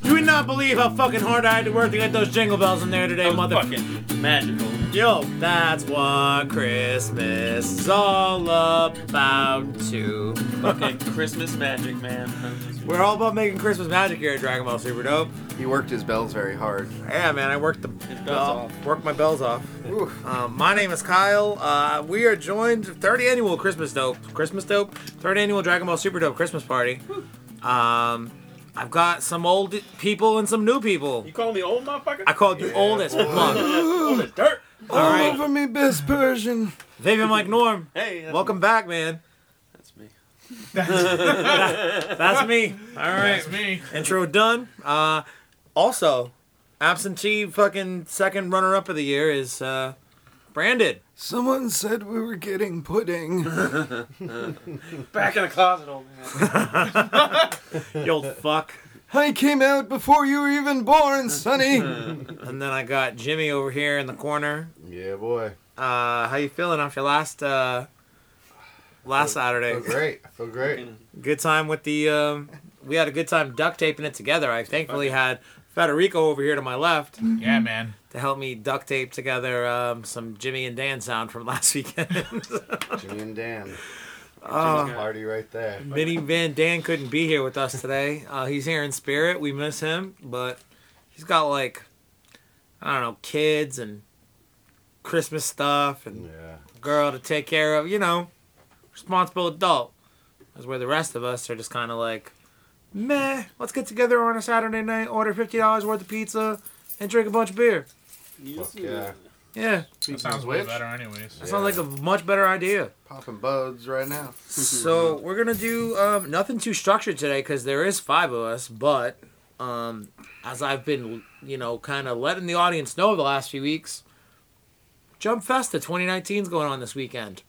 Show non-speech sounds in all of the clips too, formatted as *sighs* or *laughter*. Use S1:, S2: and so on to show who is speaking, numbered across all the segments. S1: believe how fucking hard I had to work to get those jingle bells in there today,
S2: That was
S1: motherfucker.
S2: fucking magical.
S1: Yo, that's what Christmas is all about,
S2: *laughs*
S1: too.
S2: Fucking Christmas magic, man. I'm just-
S1: We're all about making Christmas magic here at Dragon Ball Super Dope.
S3: He worked his bells very hard.
S1: Yeah, man, I worked the bell,
S2: bells
S1: worked my bells off.
S3: Ooh.
S1: Um, my name is Kyle. Uh, we are joined 3rd annual Christmas Dope, Christmas Dope, 3rd annual Dragon Ball Super Dope Christmas party. Um, I've got some old people and some new people.
S2: You calling me old, motherfucker?
S1: I called you old as fuck.
S2: old as dirt.
S1: All right. *laughs*
S3: me, best Persian.
S1: Vivian Mike Norm,
S2: Hey, that's
S1: welcome back, man.
S2: That's me.
S1: That's me. All right.
S4: That's me.
S1: Intro done. Uh, also, absentee fucking second runner up of the year is uh, Brandon.
S3: Someone said we were getting
S2: *laughs*
S3: pudding. *laughs*
S2: Back in the closet, old man.
S1: You old fuck.
S3: I came out before you were even born, *laughs* Sonny.
S1: And then I got Jimmy over here in the corner.
S5: Yeah, boy.
S1: Uh, how you feeling off your last uh, last
S5: I feel
S1: Saturday?
S5: great. I feel great.
S1: Good time with the. Um, we had a good time duct taping it together. I thankfully had Federico over here to my left
S4: Mm-hmm. Yeah, man.
S1: to help me duct tape together um, some Jimmy and Dan sound from *laughs* last
S5: *laughs*
S1: weekend.
S5: Jimmy and Dan.
S1: Oh.
S5: Party right there.
S1: Vinny Van Dan couldn't be here with us today. Uh, he's here in spirit. We miss him, but he's got like I don't know, kids and Christmas stuff and
S5: Yeah.
S1: girl to take care of. You know, responsible adult. That's where the rest of us are just kind of like, meh. Let's get together on a Saturday night, order fifty dollars worth of pizza, and drink a bunch of beer.
S2: You
S5: Fuck
S2: just-
S5: yeah.
S1: Yeah,
S4: That sounds way
S5: which,
S4: better, anyways.
S1: that sounds like a much better idea.
S3: Popping buds
S1: *laughs*
S3: right now.
S1: so
S3: mm-hmm.
S1: we're gonna do um, nothing too structured today because there is five of us but um, as i've been you know kind of letting the audience know the last few weeks jump festa 2019 is going on this weekend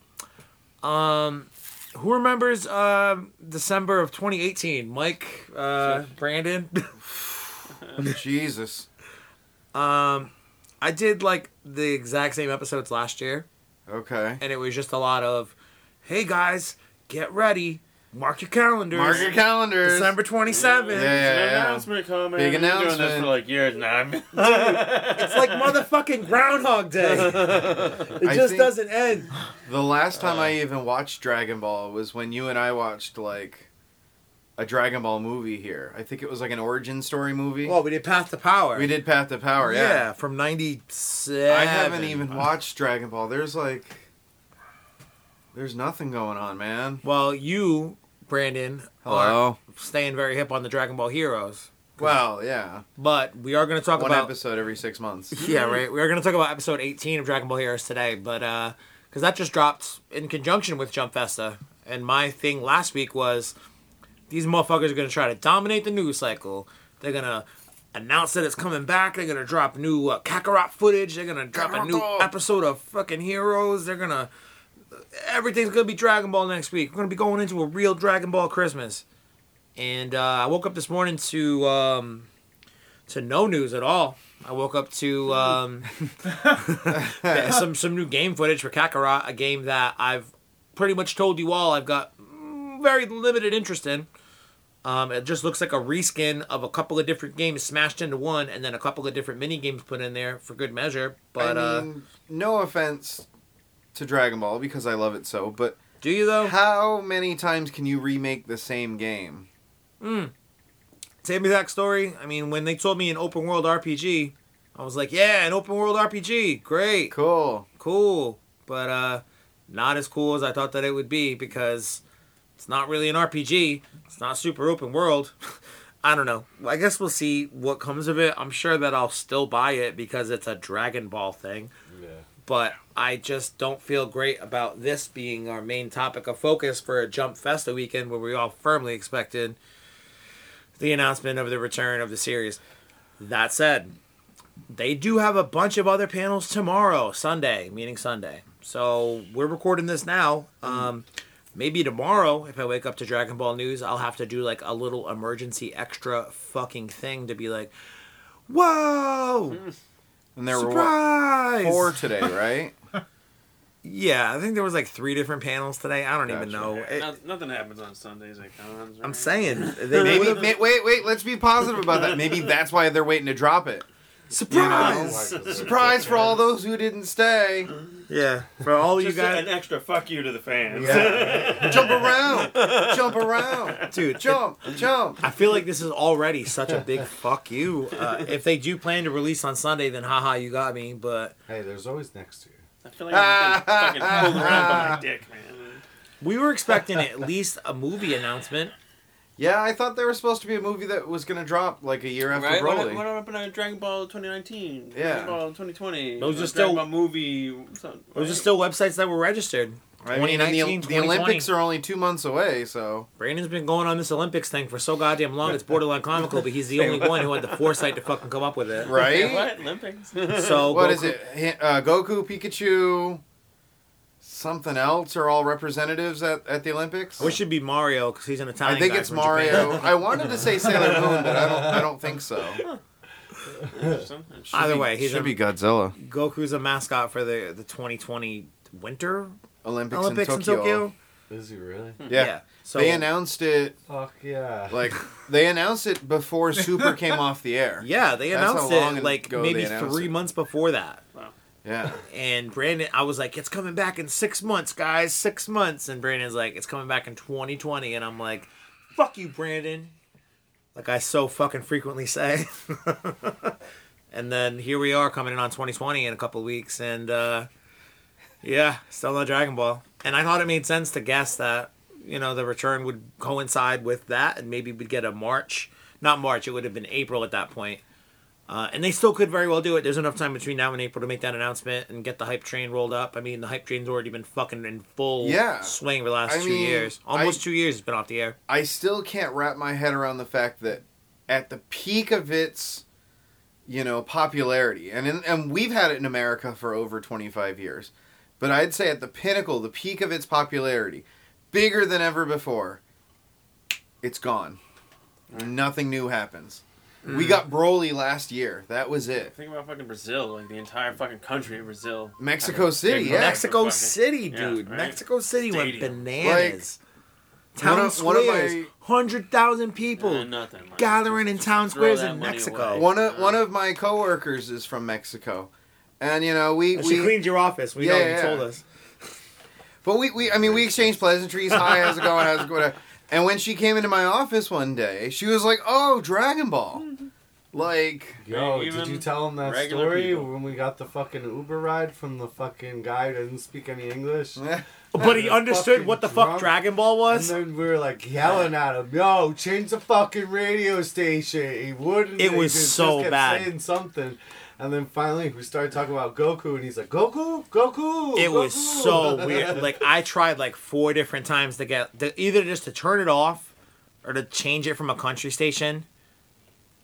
S1: um, who remembers um december of 2018 mike uh, brandon *laughs*
S3: Jesus.
S1: um, i did like the exact same episodes last year
S3: Okay.
S1: and it was just a lot of hey guys get ready mark your calendars
S3: Mark your calendars.
S1: December 27th.
S3: Yeah, yeah,
S2: An
S3: yeah.
S2: announcement coming.
S3: Big
S2: I've been Doing this
S3: announcement.
S2: for like years now. I'm *laughs*
S1: It's like motherfucking Groundhog
S3: *laughs*
S1: Day. It
S3: I
S1: just
S3: think-
S1: doesn't end.
S3: The last time
S1: Uh.
S3: I even watched Dragon Ball was when you and I watched like a Dragon Ball movie here. I think it was like an origin story movie.
S1: Well, we did Path to Power.
S3: we did Path to Power,
S1: Yeah,
S3: yeah.
S1: from 97.
S3: I haven't even watched Dragon Ball. There's like there's nothing going on, man.
S1: Well, you, Brandon, are
S3: Hello.
S1: staying very hip on the Dragon Ball Heroes.
S3: Well, yeah.
S1: But we are going to talk
S3: One
S1: about.
S3: episode every 6
S1: *laughs*
S3: months.
S1: Yeah, right. We are going to talk about episode 18 of Dragon Ball Heroes today, but uh cuz that just dropped in conjunction with Jump Festa. And my thing last week was these motherfuckers are going to try to dominate the news cycle. They're going to announce that it's coming back. They're going to drop new uh, Kakarot footage. They're going to drop a new
S3: Kakarot!
S1: episode of fucking Heroes. They're going to everything's going to be Dragon Ball next week. We're going to be going into a real Dragon Ball Christmas. And uh, I woke up this morning to um to no news at all. I woke up to
S3: *laughs*
S1: um, some some new game footage for Kakarot, a game that I've pretty much told you all I've got mm, very limited interest in. Um, it just looks like a reskin of a couple of different games smashed into one, and then a couple of different mini games put in there for good measure. But uh,
S3: I mean, uh, no offense to Dragon Ball because I love it so, but
S1: uh, do you though?
S3: how many times can you remake the same game?
S1: Same exact story. I mean, when they told me an open world RPG, I was like, yeah, an open world RPG, great.
S3: Cool.
S1: cool, but uh, not as cool as I thought that it would be because it's not really an RPG. It's not super open world. *laughs* I don't know. I guess we'll see what comes of it. I'm sure that I'll still buy it because it's a Dragon Ball thing, but I just don't feel great about this being our main topic of focus for a Jump Festa weekend where we all firmly expected the announcement of the return of the series. That said, they do have a bunch of other panels tomorrow, Sunday, meaning Sunday. So we're recording this now. Um, maybe tomorrow, if I wake up to Dragon Ball news, I'll have to do like a little emergency extra fucking thing to be like, "Whoa,
S3: And there were what,
S1: surprise!" *laughs*
S3: four today, right?
S1: Yeah, I think there was like three different panels today. I don't even
S3: Gotcha.
S1: know. It-
S2: No- nothing happens on Sundays at cons.
S1: Oh, I'm
S2: right?
S3: *laughs*
S1: saying they
S3: Maybe,
S1: maybe
S3: may, wait, wait. Let's be positive about
S1: *laughs*
S3: that. Maybe that's why they're waiting to drop it.
S1: surprise.
S3: Surprise for all those who didn't stay.
S1: *laughs* Yeah, for all you
S2: Just an
S1: guys,
S2: extra fuck you to the fans.
S5: Yeah.
S2: *laughs*
S3: Jump around, jump around, *laughs*
S1: dude.
S3: jump, jump.
S1: I feel like this is already such a big fuck you. Uh, if they do plan to release on Sunday, then haha, you got me. But
S5: Hey, there's always next year.
S2: I feel like I'm getting fucking pulled around by my dick, man.
S1: we were expecting
S3: *laughs*
S1: at least a movie announcement.
S3: Yeah, I thought there was supposed to be a movie that was gonna drop like a year after
S2: Right? What,
S3: Broly.
S2: what happened to Dragon Ball 2019?
S3: Yeah.
S2: Dragon Ball 2020.
S1: Those are still-
S2: Dragon Ball movie. something,
S1: There was
S2: right?
S1: just still websites that were registered.
S3: I mean, and the,
S1: 2019,
S3: the Olympics are only two months away,
S1: *laughs*
S3: so
S1: Brandon's been going on this Olympics thing for so goddamn long, it's borderline comical, but
S3: *laughs*
S1: he's the only one who had the foresight to fucking come up with it.
S3: right.
S2: Wait, what? Olympics? *laughs*
S1: So
S3: What
S1: Goku-
S3: is it? Hi- Uh, Goku, Pikachu, something else are all representatives at, at the Olympics.
S1: I wish it'd be Mario because he's an Italian.
S3: I think
S1: guy
S3: it's
S1: from Japan.
S3: Mario. I wanted to say Sailor Moon, but I don't. I don't think so.
S2: Interesting.
S1: *laughs* Either
S3: Should be-
S1: way, he's
S3: should
S1: a,
S3: be Godzilla.
S1: Goku's a mascot for the the 2020 Winter
S3: Olympics,
S1: Olympics
S3: in Tokyo.
S1: in Tokyo.
S5: Is he really?
S3: Yeah.
S1: So
S3: they announced it
S5: Fuck yeah.
S3: like they announced it before Super came off the air.
S1: yeah, they
S3: That's how
S1: announced
S3: long
S1: it
S3: ago
S1: like
S3: they
S1: maybe
S3: announced
S1: three
S3: it.
S1: months before that.
S3: *laughs* Yeah.
S1: And Brandon, I was like, it's coming back in six months, guys, six months. And Brandon's like, it's coming back in 2020. And I'm like, fuck you, Brandon. Like I so fucking frequently say. *laughs* and then here we are coming in on 2020 in a couple weeks. And uh, yeah, still no Dragon Ball. And I thought it made sense to guess that, you know, the return would coincide with that. And maybe we'd get a March. Not March, it would have been April at that point. Uh, and they still could very well do it. There's enough time between now and April to make that announcement and get the hype train rolled up. I mean, the hype train's already been fucking in full
S3: Yeah.
S1: swing for the last
S3: I
S1: two
S3: mean,
S1: years. Almost two years it's been off the air.
S3: I still can't wrap my head around the fact that at the peak of its you know popularity and in, and we've had it in America for over 25 years but I'd say at the pinnacle the peak of its popularity bigger than ever before it's gone nothing new happens we got Broly last year that was it
S2: Think about fucking Brazil, like the entire fucking country of Brazil.
S3: Mexico City
S2: Yeah,
S3: yeah
S1: Mexico
S2: fucking-
S1: City,
S2: yeah,
S1: dude.
S2: right.
S1: Mexico City went
S2: Stadium.
S1: bananas.
S3: One
S1: town
S3: of- one of
S1: squares,
S3: my-
S1: 100,000
S2: Uh,
S1: people.
S2: nothing. Like,
S1: gathering in town
S2: throw
S1: squares
S2: that
S1: in
S2: money
S1: Mexico.
S2: away.
S3: one of one of my coworkers is from Mexico and you know we
S1: And
S3: we
S1: she cleaned your office. We
S3: Yeah,
S1: know
S3: yeah,
S1: you told
S3: yeah.
S1: us.
S3: But we, we I mean, we exchanged pleasantries. Hi, how's it going? How's it going?
S1: *laughs*
S3: And when she came into my office one day, she was like, "Oh,
S1: *laughs*
S3: Dragon Ball." Like,
S5: Yo,
S2: Even
S5: did you tell him that
S2: regular
S5: story
S2: people.
S5: when we got the fucking Uber ride from the fucking guy who didn't speak
S1: *laughs*
S5: any English?
S1: But he
S5: Fucking
S1: understood what the fuck
S5: drunk.
S1: Dragon Ball
S5: And
S1: was.
S5: then we were like yelling at him, "Yo, change the fucking radio station!" He wouldn't.
S1: It
S5: He
S1: was
S5: just-
S1: so
S5: just kept
S1: bad.
S5: Saying something, and then finally we started talking about Goku, and he's like, "Goku, Goku."
S1: It was
S5: Goku." *laughs*
S1: so weird. Like I tried like four different times to get to either just to turn it off or to change it from a country station.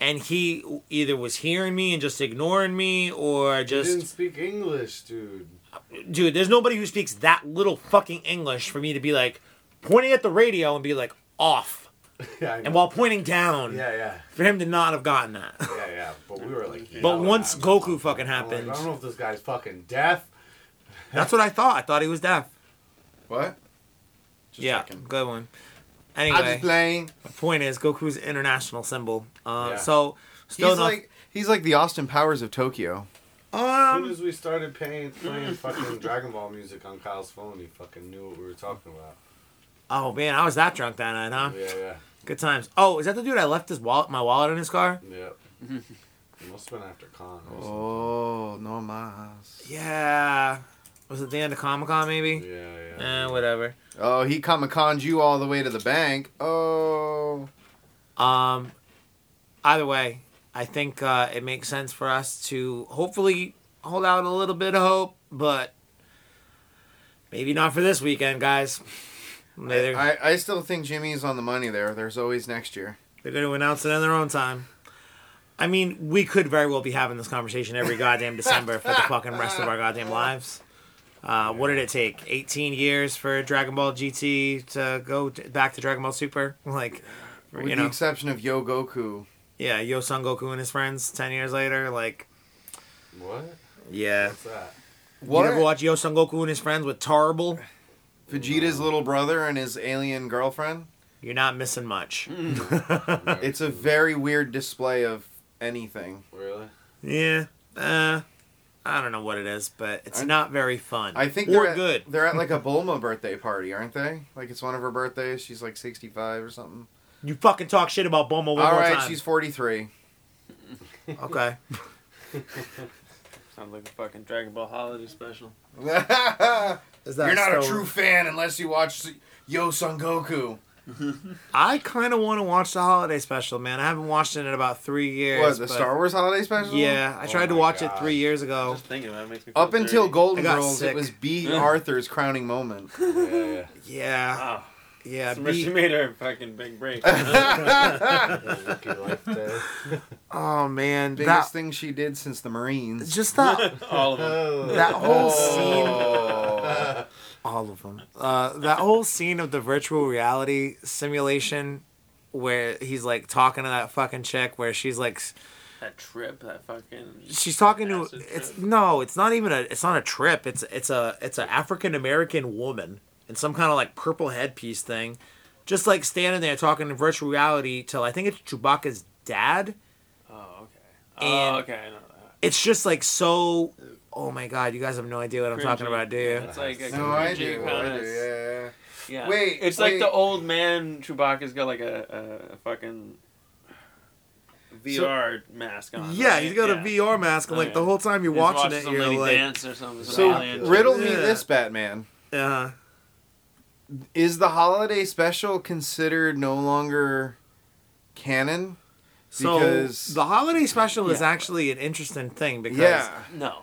S1: And he either was hearing me and just ignoring me or
S5: He didn't
S1: just
S5: speak English, dude. *laughs*
S1: dude, there's nobody who speaks that little fucking English for me to be like pointing at the radio and be like off
S5: Yeah, I
S1: and
S5: know.
S1: while pointing down
S5: yeah, yeah,
S1: for him to not have gotten that.
S5: yeah, yeah. But we were like.
S1: But
S5: yelling
S1: once
S5: at him.
S1: Goku fucking
S5: I'm like,
S1: happened,
S5: I don't know if this guy's fucking deaf.
S1: that's what I thought. I thought he was deaf.
S3: what? Just
S1: yeah,
S3: checking.
S1: good one.
S3: I'm just
S1: Anyway,
S3: playing.
S1: point is Goku's an international symbol. Uh,
S5: Yeah.
S1: So still
S3: He's
S1: not.
S3: like he's like the Austin Powers of Tokyo.
S5: As soon
S1: um,
S5: as we started
S1: *laughs*
S5: paying, playing fucking Dragon Ball music on Kyle's phone, he fucking knew what we were talking about.
S1: oh man, I was that drunk that night, huh?
S5: Yeah, yeah,
S1: Good times. Oh, is that the dude I left his wallet, my wallet in his car? *laughs*
S5: yeah. It must have been after Con. Or something.
S3: Oh, no mas.
S1: Yeah. Was it the end of Comic Con maybe?
S5: Yeah, yeah.
S1: Eh, whatever.
S3: Oh, he kamikazed you all the way to the bank. Oh,
S1: Um, either way, I think uh, it makes sense for us to hopefully hold out a little bit of hope, but maybe not for this weekend, guys. They're,
S3: I, I still think Jimmy's on the money there. There's always next year.
S1: they're going to announce it on their own time. I mean, we could very well be having this conversation every goddamn December for the fucking rest of our goddamn lives. Uh, what did it take? 18 years for Dragon Ball GT to go t- back to Dragon Ball Super? *laughs* Like,
S3: With
S1: you
S3: the
S1: know,
S3: exception of Yo Goku.
S1: yeah, Yo Son Goku and his friends 10 years later. Like,
S5: What?
S1: yeah. *laughs*
S5: What's that?
S3: What?
S1: You ever watch Yo Son Goku and his friends with Tarble?
S3: Vegeta's little brother and his alien girlfriend.
S1: You're not missing much.
S3: It's a very weird display of anything.
S5: Really?
S1: *laughs* yeah. Uh, I don't know what it is, but it's
S3: I-
S1: not very fun.
S3: I think
S1: or
S3: they're at,
S1: good.
S3: They're at like a Bulma birthday party, aren't they? Like it's one of her birthdays. She's like sixty-five or something.
S1: You fucking talk shit about Bulma one
S3: All
S1: more
S3: right,
S1: time.
S3: she's forty-three. *laughs*
S1: Okay.
S2: Sounds like a fucking Dragon Ball holiday special.
S1: Is
S3: You're not a true fan unless you watch Yo Son Goku.
S1: I kind of want to watch the holiday special, man. I haven't watched it in about three years.
S3: What the
S1: but-
S3: Star Wars holiday special?
S1: Yeah, I
S5: Oh
S1: tried to
S5: my
S1: watch it
S5: God.
S1: three years ago.
S2: Just thinking about it makes me. Feel
S3: Up until
S2: dirty.
S3: Golden
S1: I got
S3: Girls,
S1: sick.
S3: it was B.
S2: Yeah.
S3: Arthur's crowning moment.
S5: Yeah.
S1: Yeah,
S2: Wow.
S1: yeah.
S2: So she
S1: be-
S2: Ah, *laughs* made her fucking
S1: *laughs*
S2: big break. *laughs*
S5: Lucky life day.
S1: oh man, that
S3: Biggest thing she did since the Marines.
S1: just that
S2: All of
S1: Uh.
S2: them.
S5: Oh.
S1: that whole scene, *laughs*
S3: Oh.
S1: all of them. Uh, that whole scene of the virtual reality simulation where he's like talking to that fucking chick, where she's like, s-
S2: That trip, that fucking.
S1: she's talking to.
S2: Acid trip.
S1: It's no, it's not even a. It's not a trip. It's it's a it's an African American woman in some kind of like purple headpiece thing, just like standing there talking in virtual reality till I think it's Chewbacca's dad.
S2: Oh okay.
S1: And-
S2: oh okay. I know that.
S1: It's just like so. Oh my god, you guys have no idea what I'm talking
S2: Cringy.
S1: about, do you?
S2: It's like a
S3: no, I
S2: cringy
S3: do. I
S2: kind
S3: do.
S2: of-
S3: Yeah.
S2: Yeah.
S3: Wait,
S2: It's
S3: wait.
S2: like the old man Chewbacca's got like a, a fucking VR mask on.
S1: Yeah,
S2: right?
S1: he's got
S2: Yeah.
S1: a VR mask, and
S2: Oh,
S1: like the
S2: yeah.
S1: whole time you're
S2: He's
S1: watching it,
S2: some
S1: you're
S2: lady
S1: like,
S2: dance or something. some
S3: So
S2: alien shit.
S3: riddle me
S1: Yeah.
S3: this, Batman.
S1: uh,
S3: Is the holiday special considered no longer canon?
S1: so
S3: Because-
S1: the holiday special is
S2: Yeah.
S1: actually an interesting thing because
S3: Yeah.
S1: *laughs*
S2: No.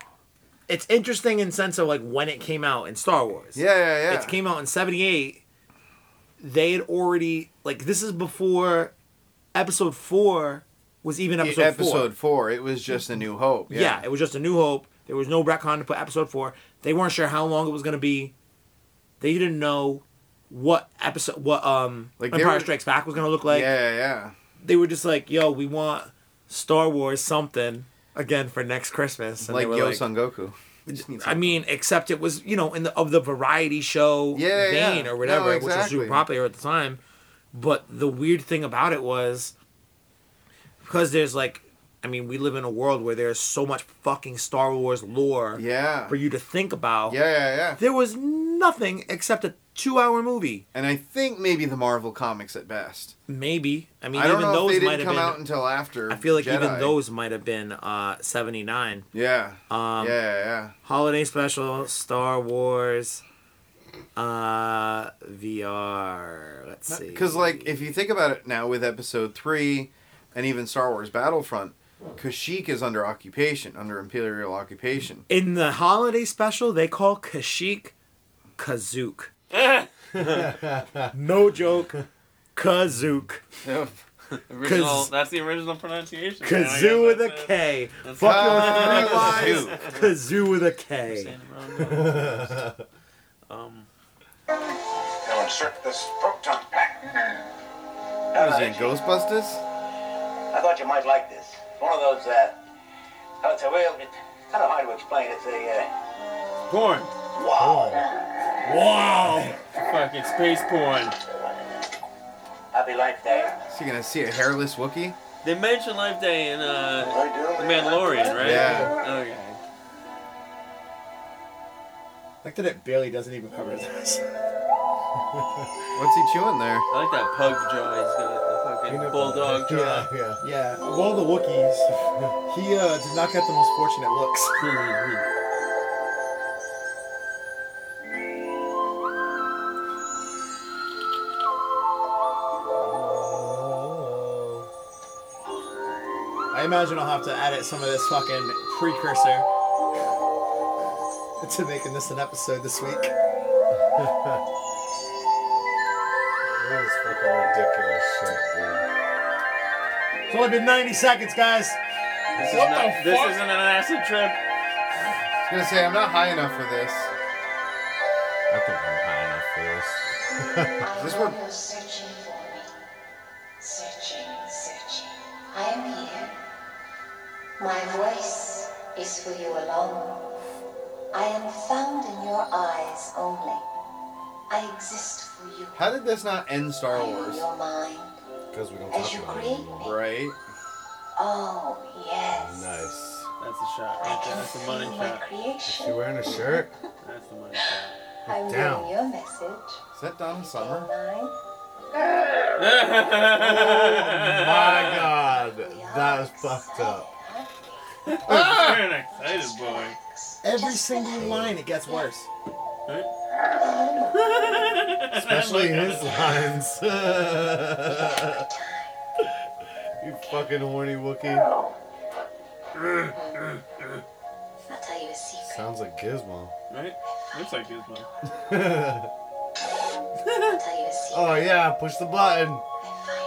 S1: it's interesting in sense of like when it came out in Star Wars.
S3: Yeah, yeah, yeah.
S1: It came out in 78. They had already, like, this is before episode four was even episode, four.
S3: E, episode four. It was just a new hope.
S1: Yeah.
S3: Yeah.
S1: it was just a new hope. There was no retcon to put episode four. They weren't sure how long it was going to be. They didn't know what episode, what, um,
S3: Like, they
S1: Empire
S3: were-
S1: Strikes Back was going to look like.
S3: yeah, yeah.
S1: They were just like, yo, we want Star Wars something again for next Christmas. And
S3: Like
S1: they were
S3: Yo Son Goku. We just need
S1: I
S3: some-
S1: mean, except it was you know in the of the variety show
S3: Yeah, yeah.
S1: vein
S3: No,
S1: or whatever, which was
S3: exactly.
S1: super popular at the time. But the weird thing about it was because there's like, I mean, we live in a world where there's so much fucking Star Wars lore
S3: yeah.
S1: for you to think about.
S3: Yeah, yeah, yeah.
S1: There was nothing except a two-hour movie,
S3: And I think maybe the Marvel comics at best.
S1: maybe. I mean,
S3: I don't
S1: even
S3: know
S1: those
S3: if they
S1: might
S3: didn't
S1: have
S3: come
S1: been.
S3: out until after.
S1: I feel like even
S3: Jedi.
S1: those might have been uh, seventy nine.
S3: Yeah.
S1: Um,
S3: yeah, yeah,
S1: holiday special star wars uh vr let's
S3: yeah.
S1: see
S3: Because like, if you think about it now, with Episode three, and even Star Wars Battlefront, Kashyyyk is under occupation, under Imperial occupation.
S1: in the holiday special they call kashyyyk kazook no joke kazook
S2: original,
S1: Kaz-
S2: that's the original pronunciation. man. I guess
S1: kazoo with a
S2: that's it.
S1: k
S2: That's
S1: fuck
S2: it.
S3: Ah,
S1: you with three y's kazoo with a
S2: I'm
S1: k
S2: saying it wrong.
S1: *laughs*
S2: Um,
S4: Now insert this proton pack.
S3: What is he in Ghostbusters?
S4: I thought you might like this. It's One of those, uh, oh, it's a real, it's kind of hard to explain. It's a,
S2: porn.
S4: uh, wow.
S1: wow
S2: Fucking space porn.
S4: Happy Life Day.
S3: Is he gonna see a hairless Wookiee?
S2: They mentioned Life Day in uh, The
S4: The
S2: Mandalorian, right?
S3: Yeah.
S2: Okay.
S1: like that it barely doesn't even cover this
S3: What's he chewing there?
S2: I like that pug jaw he's got. The fucking bulldog jaw.
S5: Yeah,
S1: yeah of all the wookiees *laughs* he uh did not get the most fortunate
S2: *laughs*
S1: looks I imagine I'll have to edit some of this fucking precursor *laughs* to making this an episode this week.
S5: It is fucking ridiculous shit, dude.
S1: It's only been 90 seconds, guys.
S2: This, is
S1: What
S2: not,
S1: the
S2: this
S1: fuck?
S2: isn't an acid trip.
S3: He's gonna say I'm not high enough for this.
S5: I think I'm high enough for this.
S3: Is this where
S6: You're searching for me. Searching, searching. I am here. My voice is for you alone. I am found in your eyes only. I exist for you.
S3: How did this not end Star
S6: I am
S3: Wars?
S6: your mind.
S5: Because we don't
S6: As
S5: talk
S6: you
S5: about it
S6: create
S5: anymore.
S6: me.
S3: Right?
S6: Oh, yes.
S5: Nice.
S2: That's a shot.
S6: I
S2: Right there.
S6: can
S2: That's a
S6: see
S2: money
S6: my
S2: shot.
S5: Is she
S6: creation.
S5: wearing a shirt?
S2: That's the money shot.
S6: I'm
S5: Down.
S6: getting your message.
S3: Is that Donna Summer?
S6: Mine.
S5: My God, that is fucked up.
S1: Ah!
S2: Very excited, boy.
S7: Every single line, it gets worse.
S5: Especially his lines. you fucking horny Wookie.
S6: I'll tell you a secret.
S5: Sounds like Gizmo.
S2: Right? Looks like this one.
S6: I'll tell you a secret.
S5: Oh yeah, push the button.
S6: I find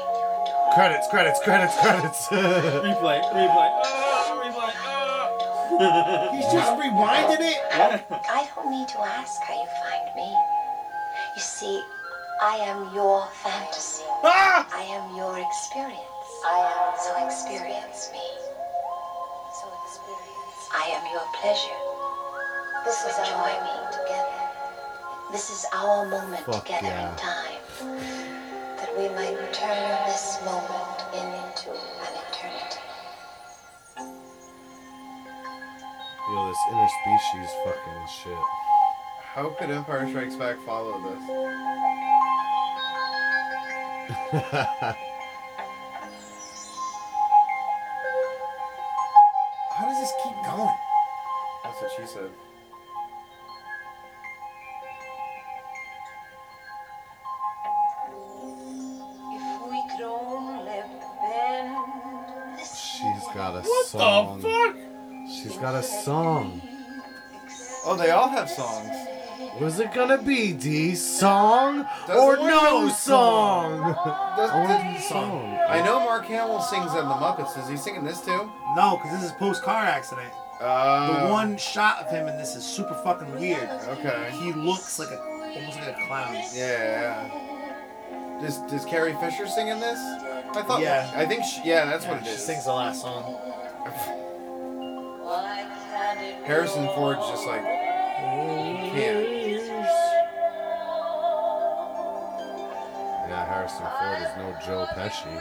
S6: your door.
S5: Credits, credits, credits, *laughs* credits.
S2: Replay, replay. Oh, replay. Oh.
S7: He's just rewinded it.
S6: I don't need to ask how you find me. You see, I am your fantasy.
S5: Ah!
S6: I am your experience. I am so experience me. So experience. I am your pleasure. This is enjoy me together. This is our moment
S5: Fuck
S6: together
S5: yeah.
S6: in time. That we might turn this moment into an eternity.
S5: Yo, this interspecies fucking shit.
S3: How could Empire Strikes Back follow this?
S7: *laughs* How does this keep going?
S3: That's what she said.
S6: If we could only bend this
S5: She's got a song. What the fuck? She's got a song.
S3: Oh, they all have songs.
S5: Was it gonna be D song or
S3: Doesn't
S5: no
S3: work.
S5: song? *laughs*
S3: Does-
S5: I want
S3: does-
S5: the song.
S3: I know Mark Hamill sings in The Muppets. Is he singing this too?
S7: No, because this is post car accident.
S3: Uh,
S7: The
S5: Oh.
S7: one shot of him, and this is super fucking weird.
S3: Okay.
S7: He looks like a almost like a clown.
S3: Yeah. Does, does Carrie Fisher sing in this? I thought.
S7: Yeah.
S3: I think. She, yeah, that's what it
S7: she
S3: is.
S7: sings the last song.
S3: Harrison Ford's just like. Can't.
S5: Yeah, Harrison Ford is no Joe *laughs* Pesci.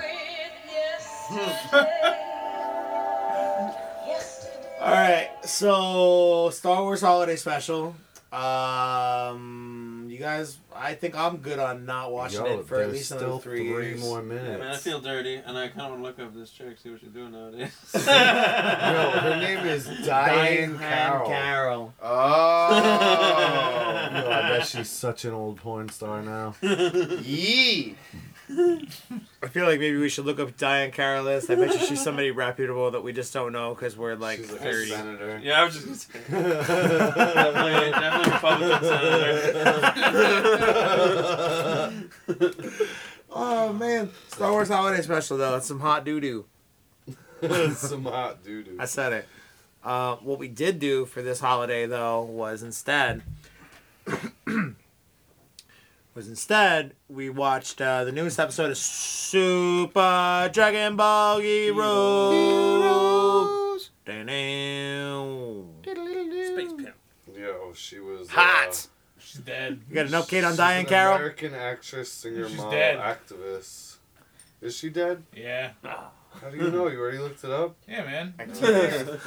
S7: All right, so Star Wars Holiday Special. Um, you guys, I think I'm good on not watching
S5: Yo,
S7: it for at
S5: there's
S7: least
S5: still
S7: another three, years.
S5: more
S2: Man, I *laughs*
S5: minutes.
S2: feel dirty, and I kind of want to look up this chick, see what she's doing nowadays.
S5: Yo, her name is
S7: Diane
S5: Diane Carroll.
S7: Carroll. *laughs*
S3: Oh.
S5: Yo, I bet she's such an old porn star now.
S3: Yee.
S1: I feel like maybe we should look up Diane Carroll list. I bet you she's somebody reputable that we just don't know because we're like
S5: She's like a
S1: 30.
S2: *laughs*
S5: senator.
S2: *laughs* yeah, I was just gonna say. definitely, definitely Republican senator.
S1: Oh man, Star Wars Holiday Special though. It's some hot doo doo.
S5: *laughs* Some hot doo doo.
S1: I said it. Uh, what we did do for this holiday though was instead *clears throat* was instead we watched uh, the newest episode of Super Dragon Ball Heroes. Dun-dun.
S2: Space pimp.
S5: Yo, she was uh,
S1: Hot.
S2: She's dead.
S1: You got an update on
S5: she's
S1: Diane
S5: an
S1: Carroll?
S5: American actress, singer,
S2: She's
S5: model,
S2: dead.
S5: activist. Is she dead?
S2: Yeah.
S5: How do you know? You already looked it up.
S8: Yeah, man.
S3: Activist.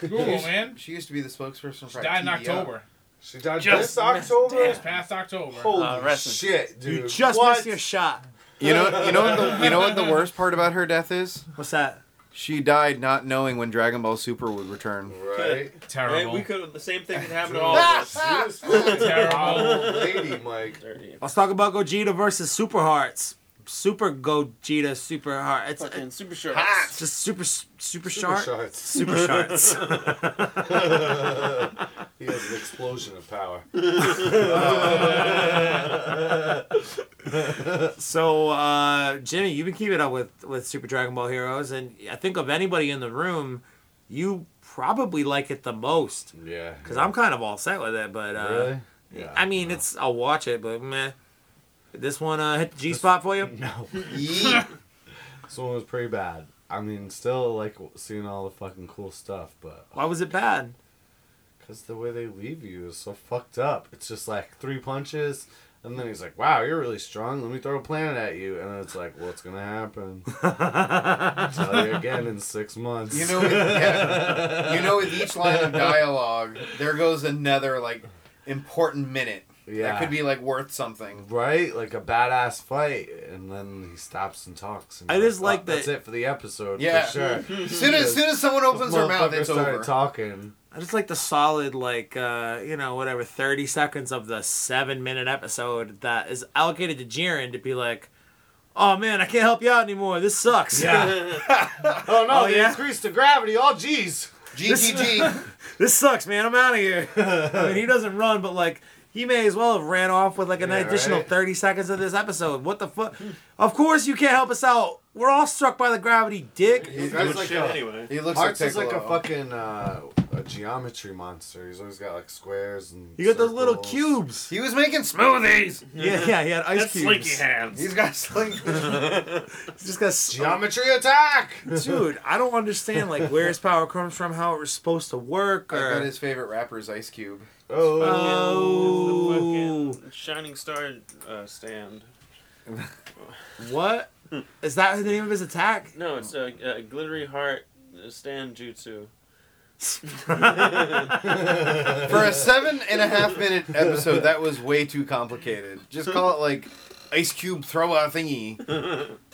S8: Google, man.
S3: She used to be the spokesperson for.
S8: Died in
S3: ITVR.
S8: October.
S5: She died
S2: Just
S5: this October.
S8: Just past October.
S5: Holy
S1: Uh, rest in-
S5: shit, dude!
S1: You just
S5: what?
S1: missed your shot.
S3: You know. You know. What the, you
S8: *laughs*
S3: know what the worst part about her death is?
S1: What's that?
S3: She died not knowing when Dragon Ball Super would return.
S5: Right.
S2: Right?
S8: Terrible.
S2: We could. The same thing could
S5: Ah!
S2: happen to all of us.
S5: She was fucking
S8: Terrible.
S5: old lady, Mike.
S2: Dirty.
S1: Let's talk about Gogeta versus Super Hearts. Super Gogeta, Super Heart. It's,
S2: Fucking super sharp.
S1: it's just super, super sharp.
S5: Shots. *laughs*
S1: Super sharks.
S5: He has an explosion of power.
S1: so, uh, Jimmy, you've been keeping up with with Super Dragon Ball Heroes, and I think of anybody in the room, you probably like it the most.
S5: Yeah.
S1: Cause I'm kind of all set with it, but uh,
S5: Really? Yeah.
S1: I mean, it's I'll watch it, but meh. This one uh, hit the G spot for you. *laughs*
S5: No.
S3: Yee.
S5: This one was pretty bad. I mean, still like seeing all the fucking cool stuff, but
S1: Why was it bad?
S5: Because the way they leave you is so fucked up. It's just like three punches, and then he's like, "Wow, you're really strong. Let me throw a planet at you." And it's like, "What's gonna happen?" I'll tell you again in six months.
S3: You know, with, yeah. you know, with each line *laughs* of dialogue, there goes another like important minute
S5: *laughs* Yeah.
S3: that could be like worth something.
S5: Right, like a badass fight, and then he stops and talks. And
S1: I
S5: you're
S1: just like
S5: "Fuck,
S1: that-
S5: That's it for the episode.
S3: Yeah.
S5: for sure.
S3: Soon as soon as someone opens their mouth,
S5: Motherfucker
S3: it's
S5: started
S3: over.
S5: talking.
S1: I just like the solid, like uh, you know, whatever, thirty seconds of the seven-minute episode that is allocated to Jiren to be like, "Oh man, I can't help you out anymore. This sucks."
S5: oh no!
S1: Oh,
S5: they
S1: yeah?
S5: increased the gravity. Oh jeez.
S3: GGG.
S1: *laughs* this sucks, man. I'm out of here. *laughs* I mean, he doesn't run, but like he may as well have ran off with like an
S5: Yeah,
S1: additional
S5: right.
S1: 30 seconds of this episode. What the fuck? of course you can't help us out. We're all struck by the gravity, dick.
S5: He's
S2: Doing
S5: doing
S2: shit
S5: shit.
S2: anyway.
S3: He looks
S5: Hearts
S3: like
S5: is like a
S3: Piccolo.
S5: fucking uh, a geometry monster. He's always got like squares and.
S1: You got those little
S5: circles.
S1: cubes.
S3: He was making smoothies.
S1: Yeah, yeah, he had ice
S2: That's
S1: cubes.
S2: slinky hands.
S3: He's got slinky.
S1: Just got s-
S5: Geometry
S1: *laughs*
S5: attack.
S1: dude. I don't understand like where his power comes from, how it was supposed to work,
S3: I bet
S1: or
S3: his favorite rapper is Ice *laughs* Cube.
S5: Oh.
S1: Oh.
S2: The fucking shining star uh, stand.
S1: what? Is that the name of his attack?
S2: No, it's a, a glittery heart uh, stand jutsu.
S3: For a seven and a half minute episode, that was way too complicated. Just call it like Ice Cube throw a thingy.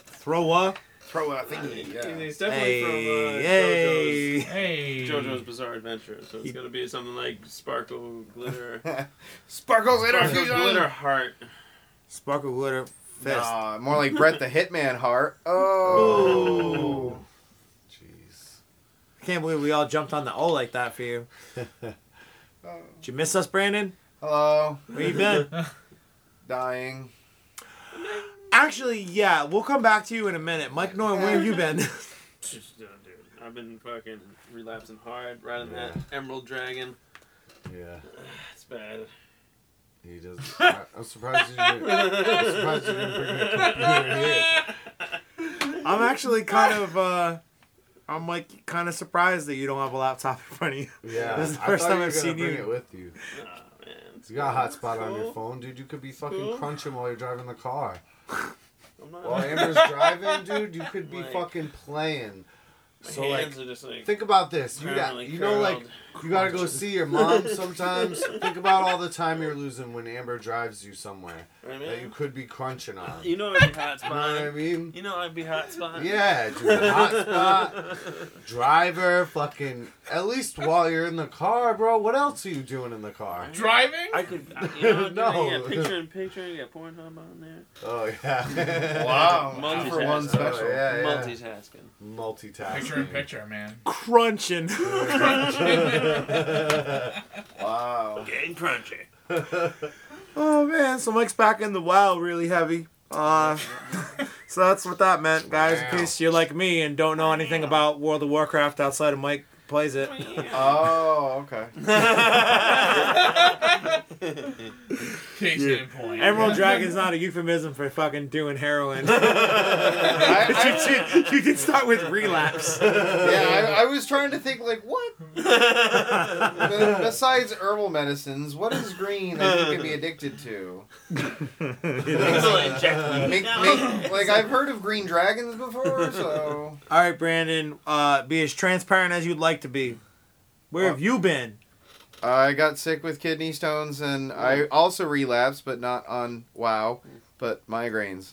S1: Throw up.
S3: Throw a uh, thingy. Yeah.
S2: He's definitely from uh,
S1: Hey, hey.
S8: Hey.
S2: JoJo's, JoJo's Bizarre Adventure, so it's gonna be something like sparkle
S5: *laughs*
S2: glitter,
S3: Sparkles
S2: sparkle glitter
S3: interfusion.
S2: heart.
S1: Sparkle glitter fist.
S3: Nah, more like Brett the
S1: *laughs*
S3: Hitman heart. Oh.
S5: Oh. Jeez.
S1: I can't believe we all jumped on the O like that for
S2: *laughs*
S1: you.
S2: Oh.
S1: Did you miss us, Brandon?
S3: Hello.
S1: Where you *laughs* been?
S3: Dying.
S1: Actually, yeah, we'll come back to you in a minute. Mike Norton, where have you *laughs* been?
S2: Just, uh, dude, I've been fucking relapsing hard, riding
S5: Yeah.
S2: that Emerald Dragon.
S5: Yeah.
S2: That's bad.
S5: He does. *laughs* I- I'm surprised you didn't. I'm surprised you didn't bring your computer here.
S1: I'm actually kind of, uh, I'm like kind of surprised that you don't have a laptop in front of you. *laughs*
S5: Yeah.
S1: This is the
S5: I
S1: first
S5: thought
S1: time
S5: you were
S1: I've
S5: gonna
S1: seen
S5: bring
S1: you.
S5: it with you.
S2: Oh, man.
S5: You got a hotspot on
S2: Cool.
S5: your phone, dude. You could be fucking
S2: Cool.
S5: crunching while you're driving the car.
S2: I'm not, *laughs*
S5: While Amber's driving, dude, you could be
S2: Like-
S5: fucking playing.
S2: my
S5: So like,
S2: hands are just like
S5: think about this. You got,
S2: permanently
S5: you know, like
S2: curled.
S5: you gotta go see your mom sometimes. Think about all the time you're losing when Amber drives you somewhere
S2: I
S5: that you *laughs*
S2: mean,
S5: could be crunching on. You
S2: you know I'd be hot
S5: know *laughs* what I
S2: spot.
S5: mean?
S2: You know I'd be hot spot.
S5: Yeah, dude, hotspot, driver, fucking. At least while you're in the car, bro. What else are you doing in the car?
S8: Driving?
S2: I could, I- you know,
S5: *laughs* No.
S2: no. yeah, picture in picture, you got Pornhub on there.
S5: Oh yeah.
S3: Wow.
S2: Multitasking.
S3: Two for one special.
S5: *laughs* Oh, yeah, yeah. *laughs*
S2: *laughs* Multitasking.
S5: Multitasking.
S8: Picture in picture,
S1: *laughs*
S8: man.
S1: Crunching.
S3: Wow.
S2: Getting crunchy.
S1: oh man, so Mike's back in the wow really heavy. Uh, *laughs* so that's what that meant, guys. In case you're like me and don't know anything about World of Warcraft outside of Mike plays it.
S3: Oh, okay.
S8: Case
S1: Yeah.
S8: in point.
S1: Emerald Dragon's not a euphemism for fucking doing heroin. *laughs*
S3: I,
S1: you, *laughs* did- you did start with relapse.
S3: I, yeah, I, I was trying to think, like, what? Be- Besides herbal medicines, what is green that you can be addicted to?
S2: *laughs*
S3: Make, make, like, I've heard of green dragons before, so.
S1: All right, Brandon, uh, be as transparent as you'd like to be. Where
S3: Oh.
S1: have you been?
S3: I got sick with kidney stones, and I also relapsed, but not on wow, but migraines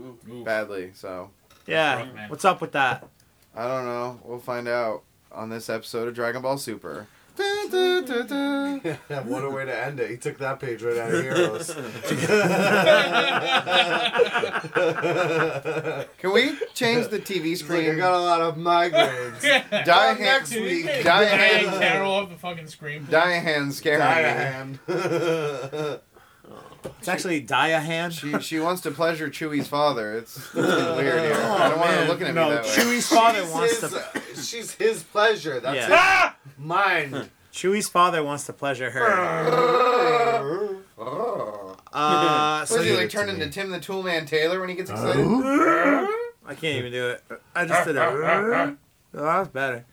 S8: Ooh.
S3: badly, so.
S1: Yeah,
S8: Rockman.
S1: what's up with that?
S3: I don't know. We'll find out on this episode of Dragon Ball Super. Dun, dun, dun, dun.
S5: *laughs* what a way to end it. He took that page right out
S1: *laughs*
S5: of Heroes.
S3: Can we change the TV
S5: He's like, I
S3: screen?
S5: got a lot of migraines.
S8: Yeah.
S3: Die
S5: Up next
S3: hand,
S5: week.
S8: *laughs*
S3: die
S8: Hey,
S3: hand,
S8: Carol off the fucking screen.
S3: die hand, scare
S5: Diane.
S1: It's actually Diahan. *laughs*
S3: me. She, she wants to pleasure Chewie's father. It's, it's getting weird
S5: *laughs*
S3: here.
S5: Oh,
S3: I don't want her looking at
S1: no,
S3: me that way.
S1: Chewie's father
S3: *laughs*
S5: She's
S1: wants
S5: his-
S1: to.
S5: She's his pleasure. That's
S1: Yeah.
S5: his
S1: *laughs*
S5: mind.
S1: Chewie's father wants to pleasure her. Uh, so
S3: What is he
S1: you-
S3: like turn into Tim the Toolman Taylor when he gets excited? *laughs*
S1: I can't even do it. I just did it. Oh, that's better.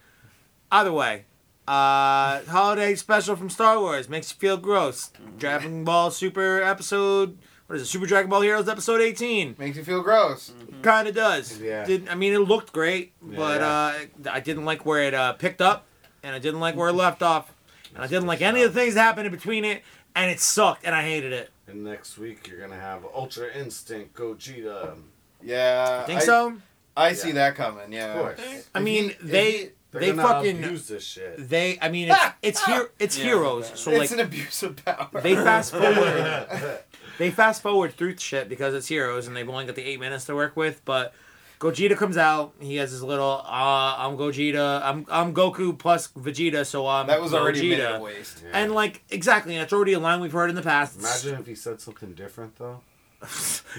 S1: Either way, Uh, holiday special from Star Wars makes you feel gross.
S3: Mm.
S1: Dragon Ball Super episode. What is it? Super Dragon Ball Heroes episode eighteen.
S3: Makes you feel gross.
S5: Mm.
S1: Kind of Mm. does.
S5: Yeah.
S1: Did I mean it looked great, but
S5: Yeah.
S1: uh, I didn't like where it uh, picked up, and I didn't like where it
S3: Mm-hmm.
S1: left off, and I didn't like any of the things that happened in between it, and it sucked, and I hated it.
S5: And next week you're gonna have Ultra Instinct Gogeta.
S3: Yeah.
S1: Think so?
S3: I see
S5: Yeah.
S3: that coming. Yeah.
S5: Of course.
S1: I
S3: If
S1: mean,
S3: he- if
S1: they
S3: he-
S5: They're
S1: they
S5: gonna
S1: fucking
S5: abuse this shit.
S1: they. I mean,
S3: *laughs*
S1: it's it's, hero it's
S2: Yeah.
S1: heroes. So like
S3: it's an *laughs* abuse of power.
S1: *laughs* they fast forward. they fast forward through shit because it's heroes and they've only got the eight minutes to work with. But Gogeta comes out. He has his little uh, I'm Gogeta. I'm I'm Goku plus Vegeta. So I'm
S3: *laughs* that was already a minute
S1: Gogeta.
S3: of waste.
S5: *laughs* Yeah.
S1: And like exactly, that's already a line we've heard in the past.
S5: Imagine if he said something different though.
S1: *laughs*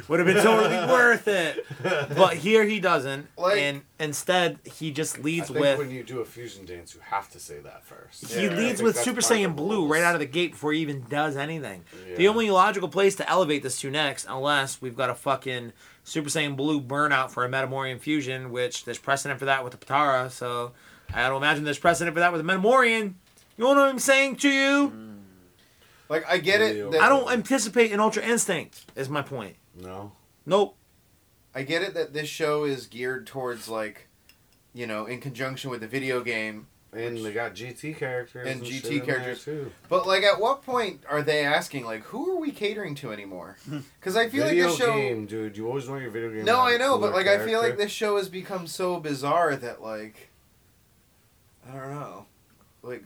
S1: Would have been totally worth it, but here he doesn't,
S3: Like-
S1: and instead he just
S5: I
S1: leads
S5: think
S1: with
S5: when you do a fusion dance, you have to say that first.
S1: He
S3: Yeah, I
S1: leads with Super Saiyan Blue right out of the gate before he even does anything. The
S5: Yeah.
S1: only logical place to elevate this to next, unless we've got a fucking Super Saiyan Blue burnout for a Metamorian fusion, which there's precedent for that with the Patara, so I don't imagine there's precedent for that with a Metamorian. You know what I'm saying to you?
S3: Like I get
S5: Really
S3: it. That,
S1: I don't anticipate an Ultra Instinct, is my point.
S5: No.
S1: Nope.
S3: I get it that this show is geared towards like, you know, in conjunction with the video game.
S5: And they got GT characters.
S3: And
S5: shit
S3: GT
S5: in there,
S3: characters.
S5: too.
S3: But like, at what point are they asking like, who are we catering to
S5: *laughs*
S3: anymore? Because I feel
S5: video
S3: like this show.
S5: game, dude. You always want your video game. to
S3: No,
S5: have
S3: I
S5: a
S3: know, but
S5: cooler
S3: like, I feel like
S5: character.
S3: this show has become so bizarre that like, I don't know, like,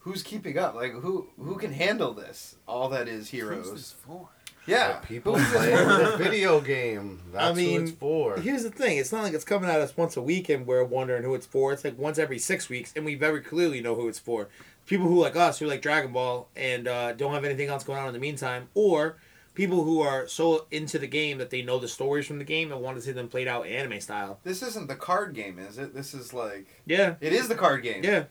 S3: who's keeping up? Like, who who can handle this? All that is heroes.
S2: for?
S3: Yeah,
S5: The people
S3: who's this
S5: playing
S3: for?
S5: the *laughs* video game. That's
S1: mean,
S5: who it's for.
S1: Here's the thing it's not like it's coming at us once a week and we're wondering who it's for. It's like once every six weeks, and we very clearly know who it's for. People who, like us, who like Dragon Ball and uh, don't have anything else going on in the meantime, or people who are so into the game that they know the stories from the game and want to see them played out anime style.
S3: This isn't the card game, is it? This is like
S1: Yeah.
S3: it is the card game.
S1: Yeah.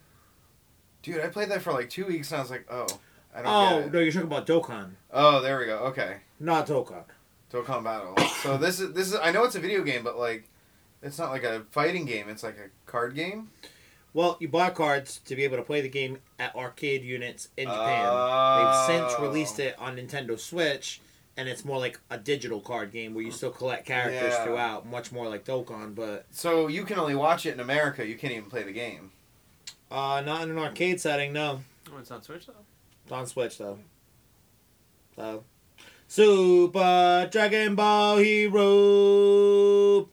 S3: Dude, I played that for like two weeks and I was like, oh, I don't
S1: Oh,
S3: get
S1: no,
S3: it.
S1: you're talking about Dokkan,
S3: Oh, there we go. Okay,
S1: not Dokkan.
S3: Dokkan Battle.
S1: *coughs*
S3: so this is this is. I know it's a video game, but like, it's not like a fighting game. It's like a card game.
S1: Well, you bought cards to be able to play the game at arcade units in Japan. They've since
S3: Oh.
S1: released it on Nintendo Switch, and it's more like a digital card game where you still collect characters
S3: Yeah.
S1: throughout, much more like Dokkan, but
S3: So you can only watch it in America. You can't even play the game.
S1: uh, not in an arcade setting, no.
S2: Oh, it's on Switch though.
S1: It's on Switch, though. So. Super Dragon Ball Hero!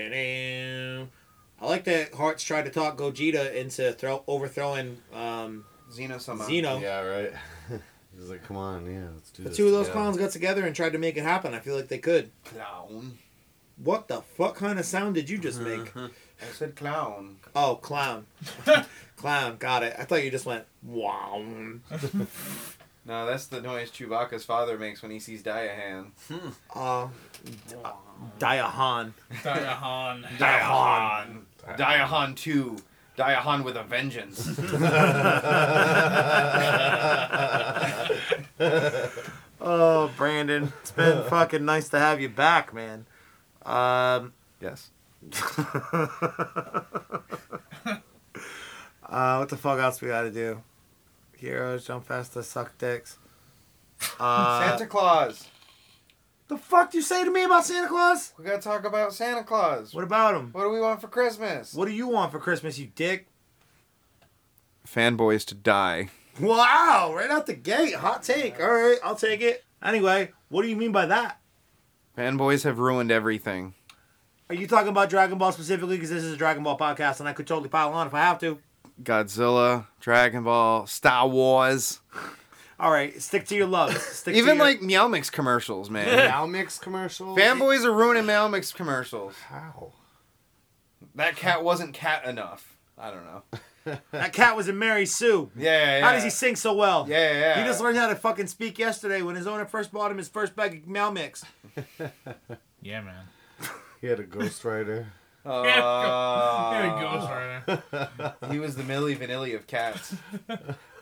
S1: Da-dam. I like that Hearts tried to talk Gogeta into throw- overthrowing um,
S3: Xeno Sama.
S1: Xeno.
S5: Yeah, right. *laughs* He's like, come on, yeah, let's do
S1: The
S5: this
S1: two of those
S5: together."
S1: clowns got together and tried to make it happen. I feel like they could.
S3: Clown.
S1: What the fuck kind of sound did you just make?
S3: I said clown.
S1: Oh, clown. clown, got it. I thought you just went, wow.
S3: No, that's the noise Chewbacca's father makes when he sees Diahan.
S1: Uh, *laughs* Diahan.
S8: Diahan.
S3: Diahan. Diahan 2. Diahan with
S1: *laughs*
S3: a vengeance.
S1: Oh, Brandon, it's been fucking nice to have you back, man. Um,
S3: yes.
S1: *laughs* uh, what the fuck else we gotta do? Heroes jump faster, suck dicks. Uh,
S3: *laughs* Santa Claus.
S1: the fuck do you say to me about Santa Claus?
S3: We gotta talk about Santa Claus. What,
S1: What about him?
S3: do we want for Christmas?
S1: What do you want for Christmas, you dick?
S3: Fanboys to die.
S1: Wow, right out the gate. Hot take. All right, I'll take it. Anyway, what do you mean by that?
S3: Fanboys have ruined everything.
S1: Are you talking about Dragon Ball specifically? Because this is a Dragon Ball podcast, and I could totally pile on if I have to.
S3: Godzilla, Dragon Ball, Star Wars.
S1: All right, stick to your
S3: *laughs*
S1: loves. Stick to
S3: Even
S1: your-
S3: like Meow Mix commercials,
S1: *laughs*
S3: man.
S5: Now mix commercial.
S3: Fanboys are ruining Meow Mix commercials.
S5: How?
S3: That cat wasn't cat enough. I don't know.
S1: that cat was in Mary Sue.
S3: Yeah, yeah.
S1: How does he sing so well?
S3: Yeah, yeah, yeah.
S1: He just learned how to fucking speak yesterday when his owner first bought him his first bag of meow mix.
S8: Yeah, man.
S5: He had a ghostwriter.
S1: *laughs*
S8: There he
S3: Uh,
S8: goes, right there.
S3: He was the Millie Vanilli of cats.
S1: *laughs*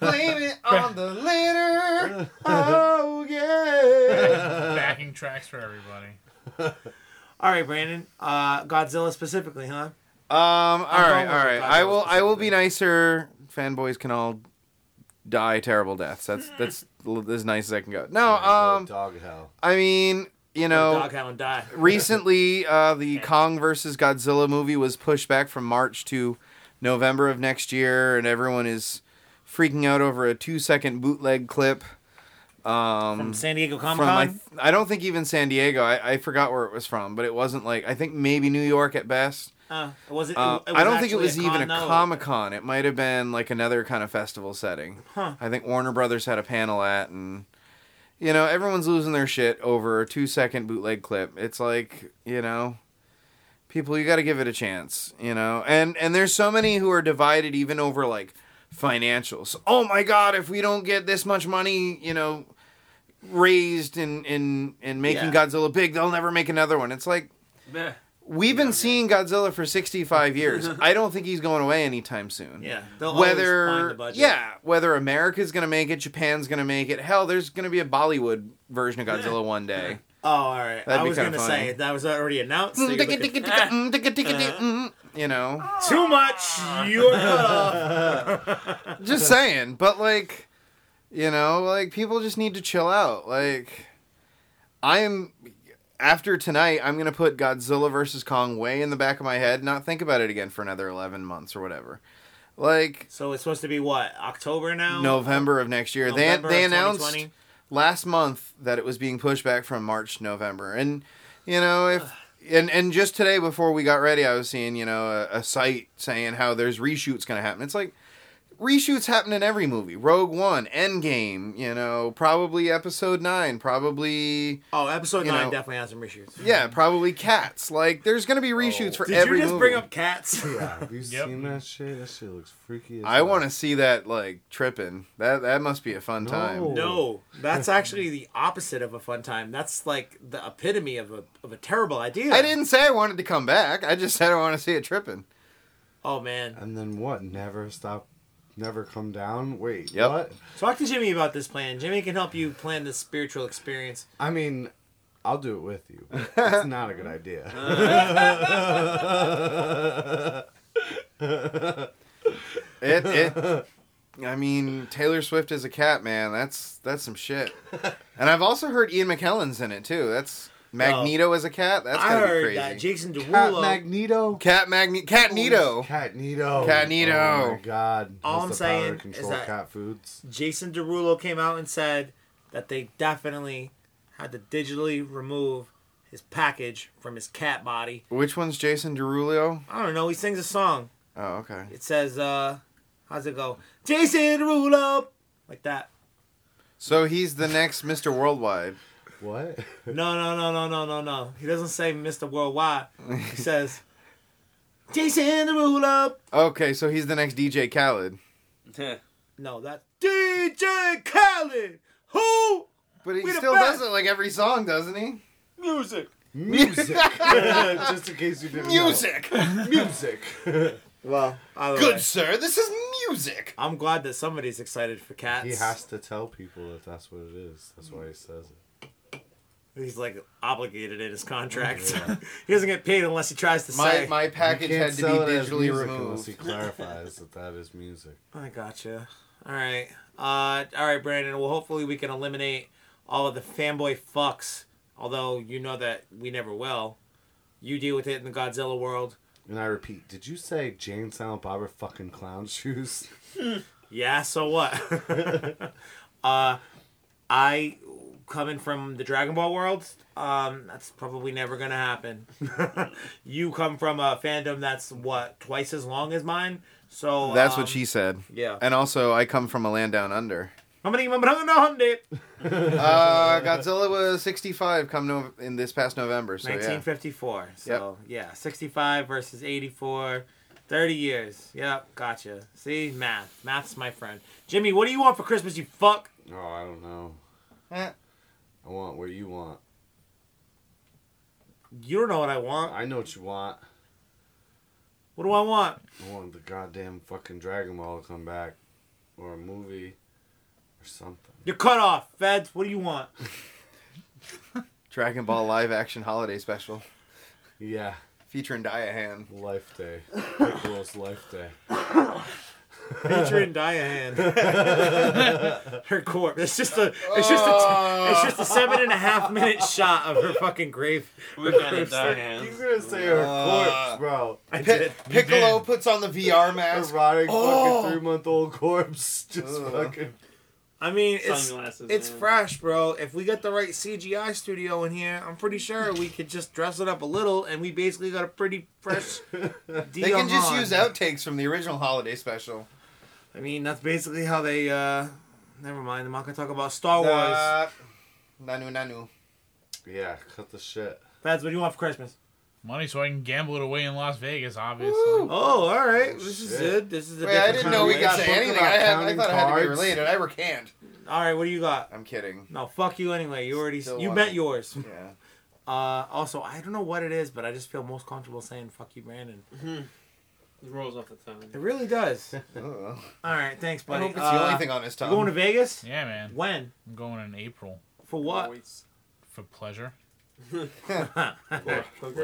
S3: Blame it on the
S1: *laughs*
S3: litter.
S1: oh yeah.
S8: Backing tracks for everybody.
S1: All right, Brandon. Uh, Godzilla specifically, huh?
S3: Um. All right.
S1: going
S3: All
S1: with Godzilla
S3: right. I will. I will be nicer fanboys can all die terrible deaths. That's that's l- as nice as I can go. No,
S5: Oh,
S3: um,
S5: dog hell.
S3: I mean, you know,
S1: Dog *laughs* Howland die.
S3: recently uh, the Kong versus Godzilla movie was pushed back from March to November of next year, and everyone is freaking out over a two-second bootleg clip. Um,
S1: From San Diego Comic
S3: from I,
S1: Con.
S3: I don't think even San Diego. I, I forgot where it was from, but it wasn't like I think maybe New York at best.
S1: Uh, was it,
S3: Uh,
S1: it was
S3: I don't think it
S1: actually
S3: was even
S1: con,
S3: a
S1: though.
S3: Comic Con. It might have been like another kind of festival setting.
S1: Huh.
S3: I think Warner Brothers had a panel at, and you know everyone's losing their shit over a two second bootleg clip. It's like you know, people, you got to give it a chance. You know, and and there's so many who are divided even over like financials. Oh my God, if we don't get this much money, you know, raised in in in making
S1: Yeah.
S3: Godzilla big, they'll never make another one. It's like
S2: Meh.
S3: We've been seeing Godzilla for 65
S1: *laughs*
S3: years. I don't think he's going away anytime soon.
S1: Yeah. They'll
S3: Whether
S1: always find the budget.
S3: yeah, whether America's going to make it, Japan's going to make it. Hell, there's going to be a Bollywood version of Godzilla one day. Mm,
S1: Oh, all right.
S3: That'd
S1: I
S3: be
S1: was
S3: kinda
S1: gonna
S3: funny.
S1: say that was already announced. so
S3: Mm,
S1: you're
S3: ticka,
S1: looking-
S3: ticka, ticka, mm, ticka, ticka,
S1: Uh-huh.
S3: tick, mm, You know,
S1: Too much. You're cut off.
S3: *laughs* just saying. But like, you know, like people just need to chill out. Like, I am after tonight, I'm going to put Godzilla versus Kong way in the back of my head, and not think about it again for another 11 months or whatever. Like,
S1: So it's supposed to be what October now?
S3: November of next year.
S1: November
S3: they they
S1: of
S3: announced
S1: 2020?
S3: last month that it was being pushed back from March to November. And you know, if and and just today before we got ready, I was seeing, you know, a, a site saying how there's reshoots going to happen. It's like reshoots happen in every movie. Rogue One, Endgame, you know, probably episode 9, probably
S1: Oh, episode
S3: You
S1: nine
S3: know-
S1: definitely has some reshoots.
S3: yeah, probably Cats. Like there's going to be reshoots for
S1: Oh. Did
S3: every
S1: you just
S3: movie.
S1: bring up
S3: *laughs*
S1: cats?
S5: Yeah, have you
S8: Yep.
S5: seen that shit? That shit looks freaky. As
S3: I want to see that like tripping. That that must be a fun
S5: No.
S3: time.
S1: No, that's actually the opposite of a fun time. That's like the epitome of a of a terrible idea.
S3: *laughs* I didn't say I wanted to come back. I just said I want to see it tripping.
S1: Oh man,
S5: And then what? Never stop, never come down. Wait,
S3: Yep.
S5: what?
S1: talk to Jimmy about this plan. Jimmy can help you plan this spiritual experience.
S5: I mean, I'll do it with
S3: *laughs*
S5: you. but It's not a good idea.
S1: Uh,
S3: It,
S5: *laughs*
S3: it. I mean, Taylor Swift is a cat, man. That's that's some shit. And I've also heard Ian McKellen's in it too. That's Magneto
S5: Oh.
S3: as a cat. That's
S1: I
S3: gotta
S1: heard
S3: be
S1: that
S3: crazy.
S1: Jason
S5: Cat
S1: Derulo.
S5: Magneto.
S3: Cat Magne, Cat Nito.
S5: Cat Nito.
S3: Cat Nito.
S5: Oh my god.
S1: All
S5: Has
S1: I'm
S5: the power
S1: saying
S5: to
S1: is
S5: control
S1: that-
S5: cat foods.
S1: Jason Derulo came out and said that they definitely had to digitally remove his package from his cat body.
S3: Which one's Jason Derulo?
S1: I don't know. He sings a song.
S3: Oh, okay.
S1: It says, uh, "How's it go?" Jason Derulo, like that.
S3: So he's the next Mr. Worldwide.
S1: *laughs*
S5: What? *laughs*
S1: No, no, no, no, no, no, no. He doesn't say Mr. Worldwide. *laughs* He says, Jason Derulo.
S3: Okay, so he's the next DJ Khaled.
S1: No, that's DJ Khaled. Who?
S3: But he
S1: We the
S3: still
S1: best.
S3: does it like every song, doesn't he?
S1: Music.
S5: Music. Just in case you didn't. know.
S3: Music.
S5: *laughs*
S3: *laughs*
S5: Music.
S1: Well, either
S3: Good
S1: way,
S3: sir, this is music.
S1: I'm glad that somebody's excited for cats.
S5: he has to tell people that that's what it is. That's why he says it.
S1: He's like obligated in his contract. *laughs* he doesn't get paid unless he tries to
S3: My
S1: say.
S3: my package
S5: You
S3: had
S5: can't
S3: to be
S5: sell it as
S3: digitally
S5: music Unless
S3: removed.
S5: he clarifies that that is music.
S1: I gotcha. All right. Uh, all right, Brandon. Well, hopefully we can eliminate all of the fanboy fucks. Although you know that we never will. You deal with it in the Godzilla world.
S5: And I repeat, did you say Jane Silent Bob are fucking clown shoes?
S1: Yeah, so what?
S3: *laughs*
S1: uh, I coming from the Dragon Ball world. Um, that's probably never gonna
S3: *laughs*
S1: happen. you come from a fandom that's what twice as long as mine. So
S3: That's
S1: um,
S3: what she said.
S1: Yeah.
S3: And also, I come from a land down under.
S1: I'm gonna give him another hundred.
S3: Uh, Godzilla was 65 come no- in this past November. So yeah.
S1: 1954. So yeah, 65 versus 84. 30 years. Yep, gotcha. See, math. Math's my friend. Jimmy, what do you want for Christmas, you fuck?
S5: Oh, I don't know.
S3: Eh.
S5: I want what you want.
S1: You don't know what I want.
S5: I know what you want.
S1: What do I want?
S5: I want the goddamn fucking Dragon Ball to come back, or a movie, or something.
S1: You're cut off, feds. What do you want?
S3: Dragon Ball live action holiday special
S5: Yeah,
S3: featuring Diahan.
S5: Life Day, Piccolo's Life Day.
S1: *laughs* featuring Diane. her corpse. It's just a. It's just
S3: Oh.
S1: a. It's just a seven and a half minute shot of her fucking grave.
S2: We gotta
S1: Corpse
S2: die,
S5: *laughs*
S2: *laughs*
S5: He's
S2: hands.
S5: gonna say her
S3: Uh,
S5: corpse, bro.
S1: I
S3: Pi-
S1: did.
S3: Piccolo
S8: did.
S3: puts on the VR
S5: A
S3: mask.
S5: rotting
S3: Oh.
S5: fucking three month old corpse. *laughs* Just
S3: Ugh.
S5: fucking.
S1: I mean, it's
S2: Sunglasses.
S1: it's
S2: man.
S1: fresh, bro. If we get the right CGI studio in here, I'm pretty sure we could just dress it up a little, and we basically got a pretty *laughs* fresh.
S3: They can just use outtakes from the original holiday special.
S1: I mean, that's basically how they. uh Never mind. I'm not gonna talk about Star Wars.
S3: Nah. Nanu Nanu.
S5: Yeah, cut the shit.
S1: That's what do you want for Christmas?
S8: Money so I can gamble it away in Las Vegas, obviously.
S1: Oh, all right. this is
S5: shit.
S1: good. This is. A
S3: Wait, I
S1: different
S3: didn't
S1: kind
S3: know
S1: of
S3: we
S1: way.
S5: Wait,
S3: got to
S5: something
S3: anything.
S5: about
S3: I, had, I
S5: counting
S3: thought it had to be
S5: cards?
S3: related. I recant.
S1: All right. What do you got?
S3: I'm kidding.
S1: No, fuck you anyway. You already
S3: Still
S1: you
S3: wanna-
S1: bet yours.
S3: Yeah.
S1: Uh, also, I don't know what it is, but I just feel most comfortable saying "fuck you, Brandon."
S2: It rolls off the tongue.
S1: It really
S3: *laughs*
S1: does.
S3: Ugh.
S1: All right, thanks,
S3: I
S1: buddy.
S3: hope it's
S1: Uh,
S3: the only thing on his
S1: You
S3: tongue.
S1: going to Vegas?
S8: Yeah, man.
S1: When?
S8: I'm going in April
S1: For what? *laughs*
S2: Voice.
S8: for pleasure.
S5: Or-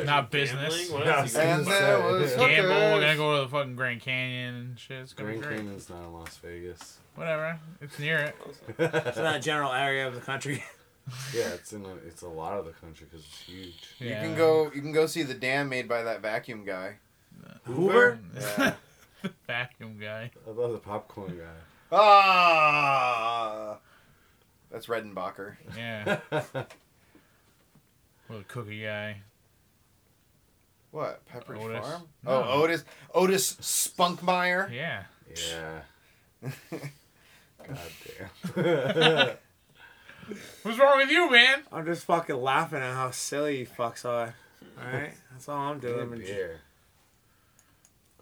S8: Not business.
S2: Gambling? What else you
S5: Yeah.
S2: got?
S3: and there was
S5: Gamble,
S8: Gamble. We're gonna
S3: hookers.
S8: go to the fucking Grand Canyon and shit. It's gonna
S5: Grand
S8: be great.
S5: Canyon's not in Las Vegas.
S8: Whatever. It's near it.
S1: It's not a general area of the country.
S5: *laughs*
S1: *laughs*
S5: Yeah, it's in. A, it's a lot of the country because it's huge.
S3: You
S8: Yeah.
S3: can go. You can go see the dam made by that vacuum guy.
S1: Hoover?
S3: Yeah.
S8: Um, *laughs* Vacuum guy.
S5: I love the popcorn guy.
S3: ah. That's Redenbacher.
S8: Yeah. or the cookie guy.
S3: What? Pepperidge
S8: Otis.
S3: Farm?
S8: No.
S3: Oh, Otis. Otis Spunkmeyer.
S8: Yeah.
S5: yeah. God damn.
S8: What's wrong with you, man?
S1: I'm just fucking laughing at how silly you fucks are. All right, *laughs* that's all I'm doing. I'm
S5: Damn
S1: enjoy-
S5: beer.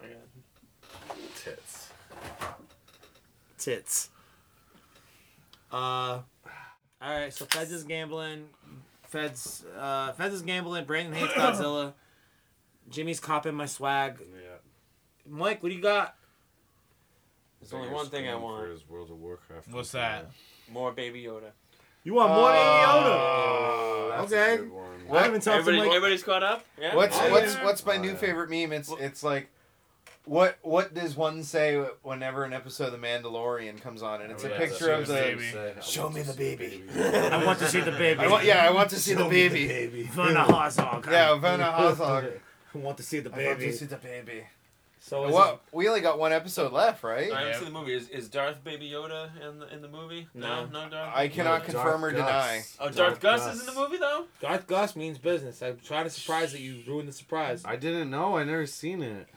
S2: I got
S5: Tits.
S1: tits. Uh, all right. So Feds is gambling. Feds. Uh, Feds is gambling. Brandon hates *coughs* Godzilla. Jimmy's copping my swag.
S5: Yeah.
S1: Mike, what do you got?
S2: There's only one thing I
S5: Scream
S2: want.
S5: For his World of Warcraft.
S8: What's that?
S2: More Baby Yoda.
S1: You want more than
S8: Ah.
S3: Uh,
S1: Yoda?
S5: Oh, that's
S1: Okay.
S5: A good one.
S1: I haven't talked to
S2: Everybody,
S1: Mike.
S2: everybody's caught up. Yeah.
S3: What's
S5: Oh,
S3: what's
S5: yeah.
S3: what's my
S5: Oh,
S3: new
S5: yeah.
S3: favorite meme? It's it's like, what what does one say whenever an episode of The Mandalorian comes on? And it's a
S5: Yeah,
S3: picture
S5: Oh, that's
S3: of
S8: Oh, a
S3: the.
S8: baby.
S3: Show me the baby.
S5: *laughs*
S1: I want to see the baby.
S3: I want, yeah, I want to see the baby.
S1: Werner Herzog.
S3: Yeah, Werner Herzog.
S1: *laughs* I want to see the
S3: I want to
S1: baby.
S3: see the baby.
S1: So is
S3: What? We only got one episode left, right?
S2: I haven't
S8: Yeah.
S2: seen the movie. Is, is Darth Baby Yoda in the, in the movie?
S1: No.
S2: No, no, Darth.
S3: I cannot
S5: Darth
S3: confirm or
S5: Gus.
S3: deny.
S2: oh, Darth, Gus, is in the movie though.
S1: it- Darth Gus means business. I'm trying to surprise that you ruined the surprise.
S5: I didn't know. I never seen it.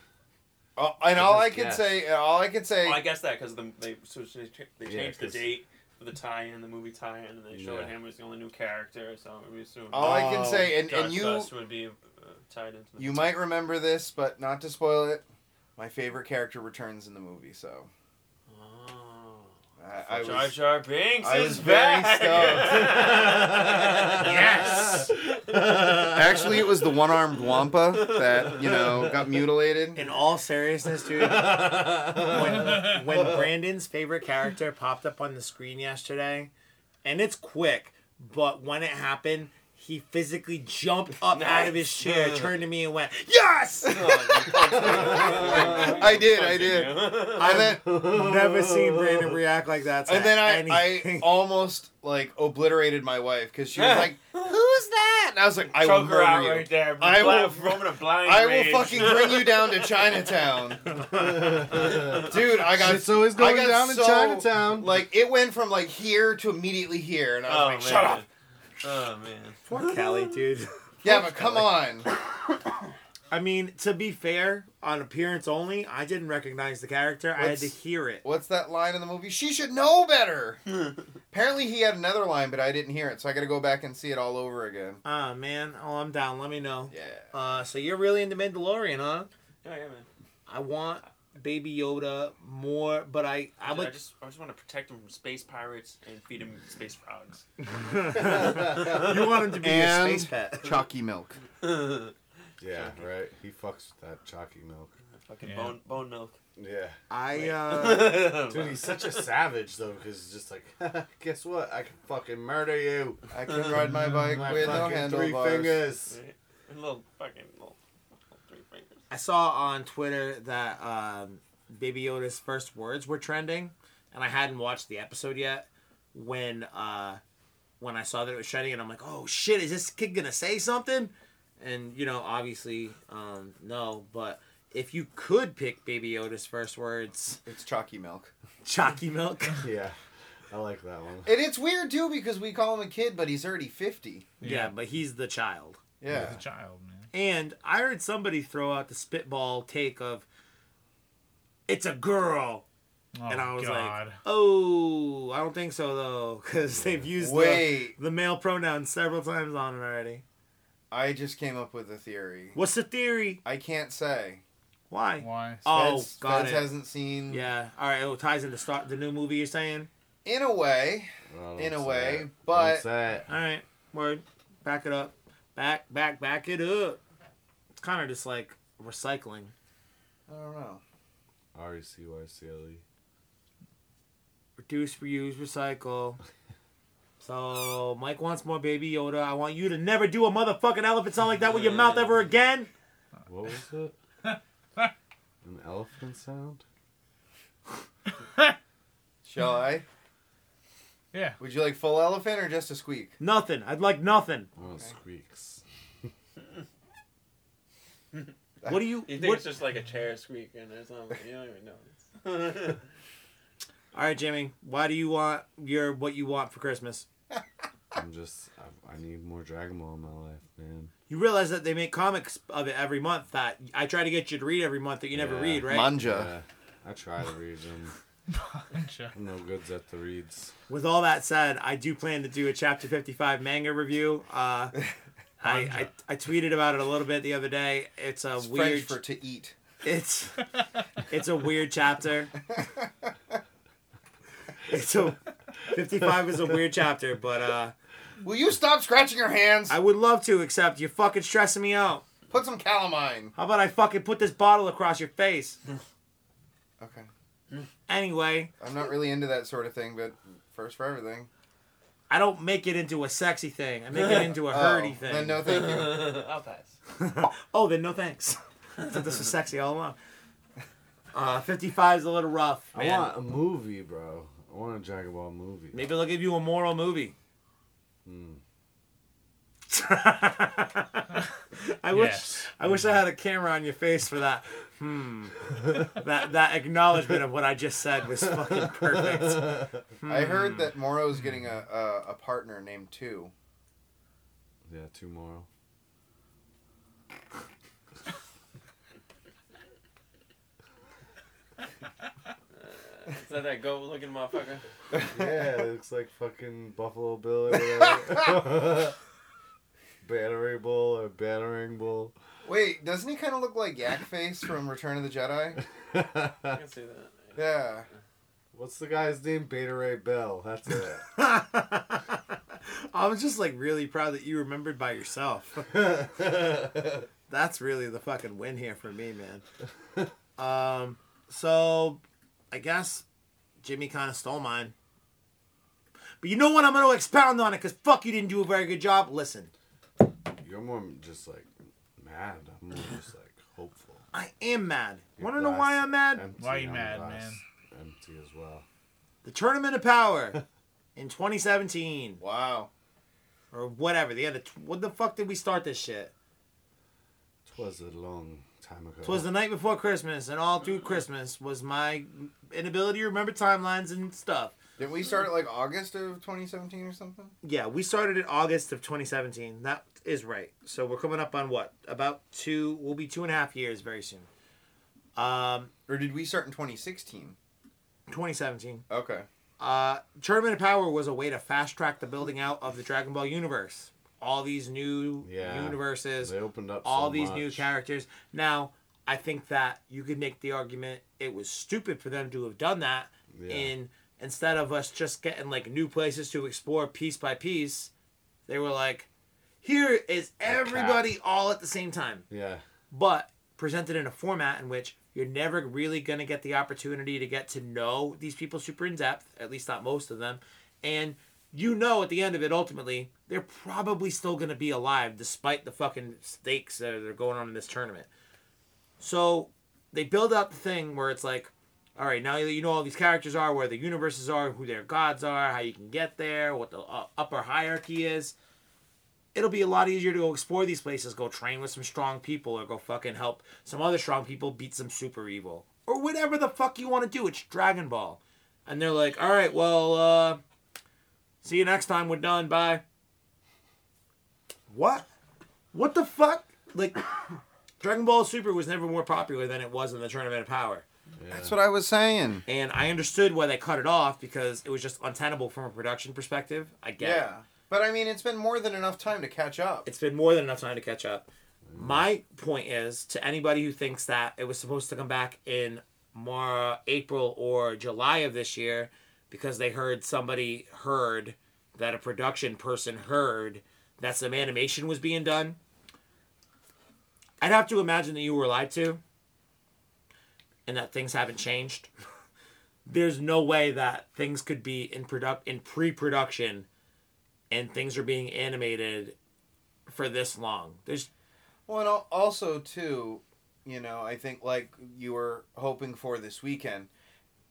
S3: Uh, and all I
S5: Goodness,
S3: can
S5: yes.
S3: say, and all I can say,
S2: Well, I guess that because the, they switched, they cha- they
S5: Yeah,
S2: changed
S5: 'cause-
S2: the date for the tie-in, the movie tie-in, and they showed
S5: Yeah.
S2: him as the only new character. So we assume
S3: all I can
S1: Oh,
S3: say, and,
S2: Darth
S3: and you,
S2: Gus would be uh, tied into. The
S3: you might remember this, but not to spoil it, my favorite character returns in the movie. So
S2: Oh.
S3: I, I
S2: Jar
S3: was,
S2: Jar Binks
S3: I
S2: is
S3: was very
S2: back. *laughs*
S8: Yes!
S3: actually
S2: *laughs*
S3: it was the one-armed Wampa that you know got mutilated.
S1: In all seriousness, dude, when, *laughs* when Brandon's favorite character popped up on the screen yesterday, and it's quick, but when it happened, he physically jumped up out of his chair, turned to me, and *laughs* went,
S2: *laughs*
S1: "Yes!"
S3: *laughs*
S2: Oh,
S3: I did, I did. And then,
S1: Never seen Brandon react like that. To
S3: and then I, I
S1: anything. *laughs*
S3: almost like obliterated my wife because
S2: *laughs*
S3: she was like, "Who's that?" And I was like, "I will
S2: Choke her out
S3: murder you.
S2: right there.
S3: I
S2: I
S3: will-
S2: will from a blind.
S3: I
S2: rage. Oh,
S3: will fucking *laughs* bring you down to Chinatown, dude." I got
S5: Shit's always
S3: I
S5: going
S3: got
S5: down
S3: so-
S5: in Chinatown.
S3: Like it went from like here to immediately here, and I was
S2: Oh,
S3: like,
S2: man.
S3: "Shut up!"
S2: Oh man.
S1: poor Callie, dude.
S3: Yeah, but come on.
S1: I mean, to be fair, on appearance only, I didn't recognize the character. I had
S3: What's-
S1: to hear it.
S3: What's that line in the movie? She should know better. Apparently, he had another line, but I didn't hear it, so I got to go back and see it all over again.
S1: Ah man, oh I'm down. Let me know.
S3: Yeah. *laughs*
S1: Uh, so you're really into Mandalorian, huh?
S2: Yeah, yeah, man.
S1: I want Baby Yoda more, but I I
S2: I,
S1: would
S2: just, I just want to protect him from space pirates and feed him space
S3: *laughs*
S2: frogs.
S1: *laughs* you want him to be
S3: And-
S1: a space pet.
S3: Chalky milk.
S5: yeah, right. He fucks with that chalky milk.
S2: Fucking
S8: Yeah.
S2: bone, bone
S3: *laughs*
S2: milk. *laughs*
S5: Yeah.
S1: I
S5: *laughs*
S1: uh,
S5: Dude, he's such a savage though, because he's just like, *laughs* guess what? I can fucking murder you.
S3: I can ride my bike
S5: My
S3: with no
S5: fucking three
S3: handlebars.
S5: fingers.
S2: little fucking little, little three fingers.
S1: I saw on Twitter that um, Baby Yoda's first words were trending, and I hadn't watched the episode yet when uh, when I saw that it was trending, and I'm like, oh shit, is this kid gonna say something? And you know, obviously, um, no. But if you could pick Baby Yoda's first words,
S3: It's chalky milk.
S1: chalky milk.
S5: Yeah, I like that one.
S3: And it's weird too because we call him a kid, but he's already fifty.
S1: yeah, but he's the child.
S3: Yeah.
S8: a child, man.
S1: And I heard somebody throw out the spitball take of, it's a girl.
S8: Oh,
S1: and I was
S8: God.
S1: like, "Oh, I don't think so though, because they've used the,
S3: Wait.
S1: the male pronoun several times on it already."
S3: I just came up with a theory.
S1: What's the theory?
S3: I can't say.
S1: Why?
S8: why?
S1: Oh,
S3: Feds-
S1: got
S3: Feds
S1: it.
S3: hasn't seen.
S1: Yeah. All right. Oh, ties into start the new movie. You're saying?
S3: In a way,
S5: Well,
S3: In a
S5: don't say
S3: way,
S5: it. Don't
S3: but-
S5: say it.
S1: All right. Word. Back it up. Back, back, back it up. It's kind of just like recycling.
S3: I don't know.
S5: R E C Y C L E.
S1: Reduce, reuse, recycle. So Mike wants more Baby Yoda. I want you to never do a motherfucking elephant sound like that with your mouth ever again.
S5: What was it?
S3: *laughs*
S5: An elephant sound?
S1: *laughs*
S3: Shall I?
S8: Yeah.
S3: Would you like full elephant or just a squeak?
S1: Nothing. I'd like nothing.
S5: Oh, squeaks.
S1: What do you?
S2: You think
S1: what-
S2: it's just like a chair squeaking or something? You don't even notice.
S1: All right, Jamie. Why do you want your what you want for Christmas?
S5: I'm just. I, I need more Dragon Ball in my life, man.
S1: You realize that they make comics of it every month. That I try to get you to read every month that you never
S5: Yeah.
S1: read, right?
S3: Manja.
S5: Yeah, I try to read them. I'm no goods at the reads.
S1: With all that said, I do plan to do a chapter fifty-five manga review.
S3: *laughs*
S1: Uh, I, I I tweeted about it a little bit the other day. It's a
S3: It's
S1: weird.
S3: French for to eat.
S1: *laughs* It's it's a weird
S3: *laughs*
S1: chapter. It's a fifty-five is a weird chapter, but uh,
S3: Will you stop scratching your hands?
S1: I would love to. Except you're fucking stressing me out.
S3: Put some calamine.
S1: How about I fucking put this bottle across your face?
S3: Okay.
S1: Anyway.
S3: I'm not really into that sort of thing, but first for everything.
S1: I don't make it into a sexy thing. I make it into a
S3: Oh,
S1: herdy thing.
S3: Then no,
S1: *laughs*
S3: thank you.
S2: I'll pass.
S1: oh, then no thanks. *laughs* I thought this was sexy all along. Uh, 55 is a little rough, man.
S5: I want a movie, bro. I want a Dragon Ball movie.
S1: Maybe they'll give you a moral movie.
S5: Hmm.
S1: *laughs* I wish
S8: Yes.
S1: I wish I had a camera on your face for that. Hmm. that that acknowledgement of what I just said was fucking perfect. *laughs*
S3: I heard
S1: Hmm.
S3: that Moro's getting a, a, a partner named Two.
S5: Yeah, tomorrow.
S2: Is that that goat looking motherfucker?
S5: Yeah, it looks like fucking Buffalo Bill
S1: *laughs*
S5: or whatever. Battering Bull or Battering Bull. *laughs*
S3: Wait, doesn't he kind of look like Yak Face from Return of
S1: *laughs*
S3: the Jedi?
S2: I can see that.
S3: Yeah.
S5: What's the guy's name? Beta Ray Bell.
S1: *laughs*
S5: That's it.
S1: I was just like really proud that you remembered by yourself. That's really the fucking win here for me, man. Um, so I guess Jimmy kind of stole mine. But you know what? I'm going to expound on it because fuck, you didn't do a very good job. Listen,
S5: You're more just like mad. I'm more just like hopeful.
S1: I am mad.
S5: Your
S1: Want to know
S5: glass
S1: why I'm mad?
S5: empty,
S8: Why you
S5: I'm
S8: mad,
S5: glass Empty as well.
S1: The Tournament of Power in 2017
S3: Wow.
S1: or whatever. The other, tw- what the fuck did we start this shit?
S5: Twas a long time ago.
S1: Twas the night before Christmas, and all through Christmas was my inability to remember timelines and stuff.
S3: Didn't we start like August of 2017 or something?
S1: Yeah, we started in August of 2017. That is right. So we're coming up on what? About two, we'll be two and a half years very soon. Um,
S3: Or did we start in 2016?
S1: 2017.
S3: Okay.
S1: Uh, Tournament of Power was a way to fast track the building out of the Dragon Ball universe. All these new
S5: Yeah.
S1: universes,
S5: They opened up
S1: all
S5: so
S1: these new
S5: much.
S1: characters. Now, I think that you could make the argument it was stupid for them to have done that
S5: Yeah.
S1: in instead of us just getting like new places to explore piece by piece, they were like, here is everybody all at the same time,
S5: Yeah.
S1: but presented in a format in which you're never really going to get the opportunity to get to know these people super in depth, at least not most of them. And you know at the end of it, ultimately, they're probably still going to be alive despite the fucking stakes that are going on in this tournament. So they build out the thing where it's like, all right, now that you know all these characters are, where the universes are, who their gods are, how you can get there, what the uh, upper hierarchy is, it'll be a lot easier to go explore these places, go train with some strong people, or go fucking help some other strong people beat some super evil. Or whatever the fuck you want to do. It's Dragon Ball. And they're like, all right, well, uh, see you next time. We're done. Bye. What? What the fuck? Like, Dragon Ball Super was never more popular than it was in the Tournament of Power.
S3: That's what I was saying.
S1: And I understood why they cut it off because it was just untenable from a production perspective. I get it.
S3: But I mean, it's been more than enough time to catch up.
S1: It's been more than enough time to catch up. My point is to anybody who thinks that it was supposed to come back in Mar April or July of this year because they heard somebody heard that a production person heard that some animation was being done. I'd have to imagine that you were lied to and that things haven't changed. *laughs* There's no way that things could be in product in pre-production and things are being animated for this long. There's
S3: Well, and al- also too, you know, I think like you were hoping for this weekend.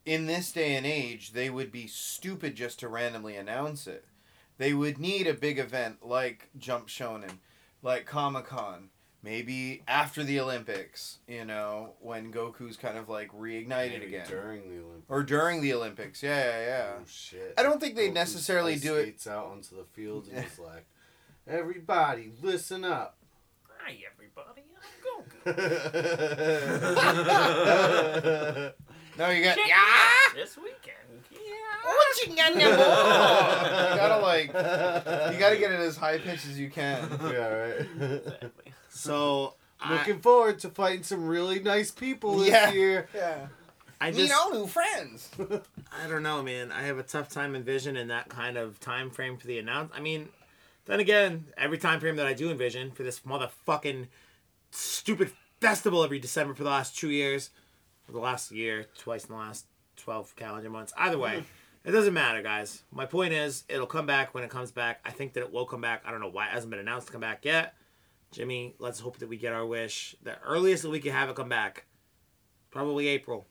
S3: In this day and age, they would be stupid just to randomly announce it. They would need a big event like Jump Shonen, like Comic Con, maybe after the Olympics. You know, when Goku's kind of like reignited
S5: Maybe
S3: again,
S5: During the Olympics.
S3: or during the Olympics. Yeah, yeah, yeah.
S5: Oh, shit.
S3: I don't think they'd
S5: Goku
S3: necessarily
S5: ice
S3: do it-
S5: skates out onto the field and he's like, everybody, listen up. *laughs*
S1: Hi everybody, I'm Goku.
S5: That's
S3: No, you got yeah.
S1: This weekend.
S3: you gotta like, you gotta get it as high pitched as
S1: *laughs*
S3: you can.
S5: Yeah, right.
S1: So I,
S5: Looking forward to fighting some really nice people this
S3: Yeah.
S5: year.
S3: Yeah.
S1: I
S3: Meet
S1: just
S3: all
S1: *laughs*
S3: new friends.
S1: I don't know, man. I have a tough time envisioning that kind of time frame for the announce. I mean, then again, every time frame that I do envision for this motherfucking stupid festival every December for the last two years, for the last year, twice in the last twelve calendar months. Either way,
S3: Hmm.
S1: it doesn't matter, guys. My point is, it'll come back when it comes back. I think that it will come back. I don't know why it hasn't been announced to come back yet. Jimmy, let's hope that we get our wish. The earliest that we can have it come back, probably April.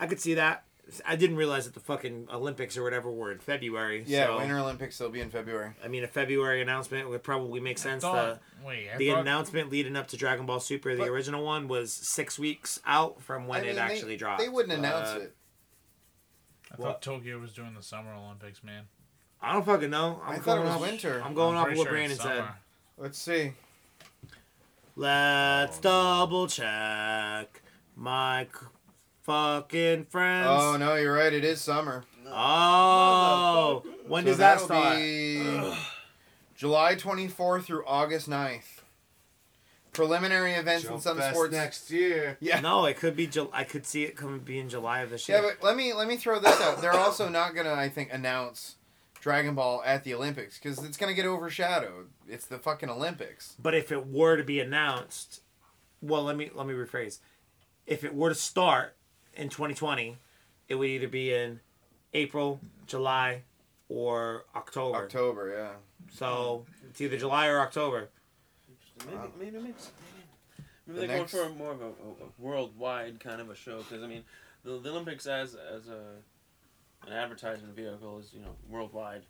S1: I could see that. I didn't realize that the fucking Olympics or whatever were in February.
S3: Yeah,
S1: so,
S3: Winter Olympics they'll be in February.
S1: I mean, a February announcement would probably make sense. The,
S8: Thought- wait, I
S1: the
S8: thought-
S1: announcement leading up to Dragon Ball Super, the
S3: But-
S1: original one, was six weeks out from when
S3: I mean,
S1: it
S3: they-
S1: actually dropped.
S3: They wouldn't announce
S1: Uh,
S3: it.
S8: I thought
S1: What?
S8: Tokyo was doing the Summer Olympics, man.
S1: I don't fucking know. I'm
S3: I thought it
S1: going
S3: was
S1: off-
S3: winter.
S1: I'm going
S8: I'm
S1: off
S8: pretty
S1: of what
S8: sure it's
S1: Brandon said.
S8: summer.
S3: Let's see.
S8: Oh,
S1: Let's double check my c- fucking friends.
S3: Oh no, you're right. It is summer.
S1: Oh, when
S3: So
S1: does that
S3: that'll
S1: start? *sighs*
S3: Be *laughs* July 24 through August 9th. Preliminary events in
S5: Jump
S3: some
S5: Fest
S3: sports.
S5: next year.
S3: Yeah.
S1: No, it could be. Jul- I could see it coming be in July of this year.
S3: Yeah, but let me let me throw this out. They're also not gonna, I think, announce Dragon Ball at the Olympics because it's gonna get overshadowed. It's the fucking Olympics.
S1: But if it were to be announced, well, let me let me rephrase. If it were to start in 2020, it would either be in April, July, or October.
S3: October, yeah.
S1: So it's either July or October.
S2: Maybe, maybe, maybe, it's- maybe
S3: The
S2: they're going
S3: next-
S2: for a more of a, a worldwide kind of a show because I mean, the, the Olympics as as a an advertisement vehicle is you know worldwide.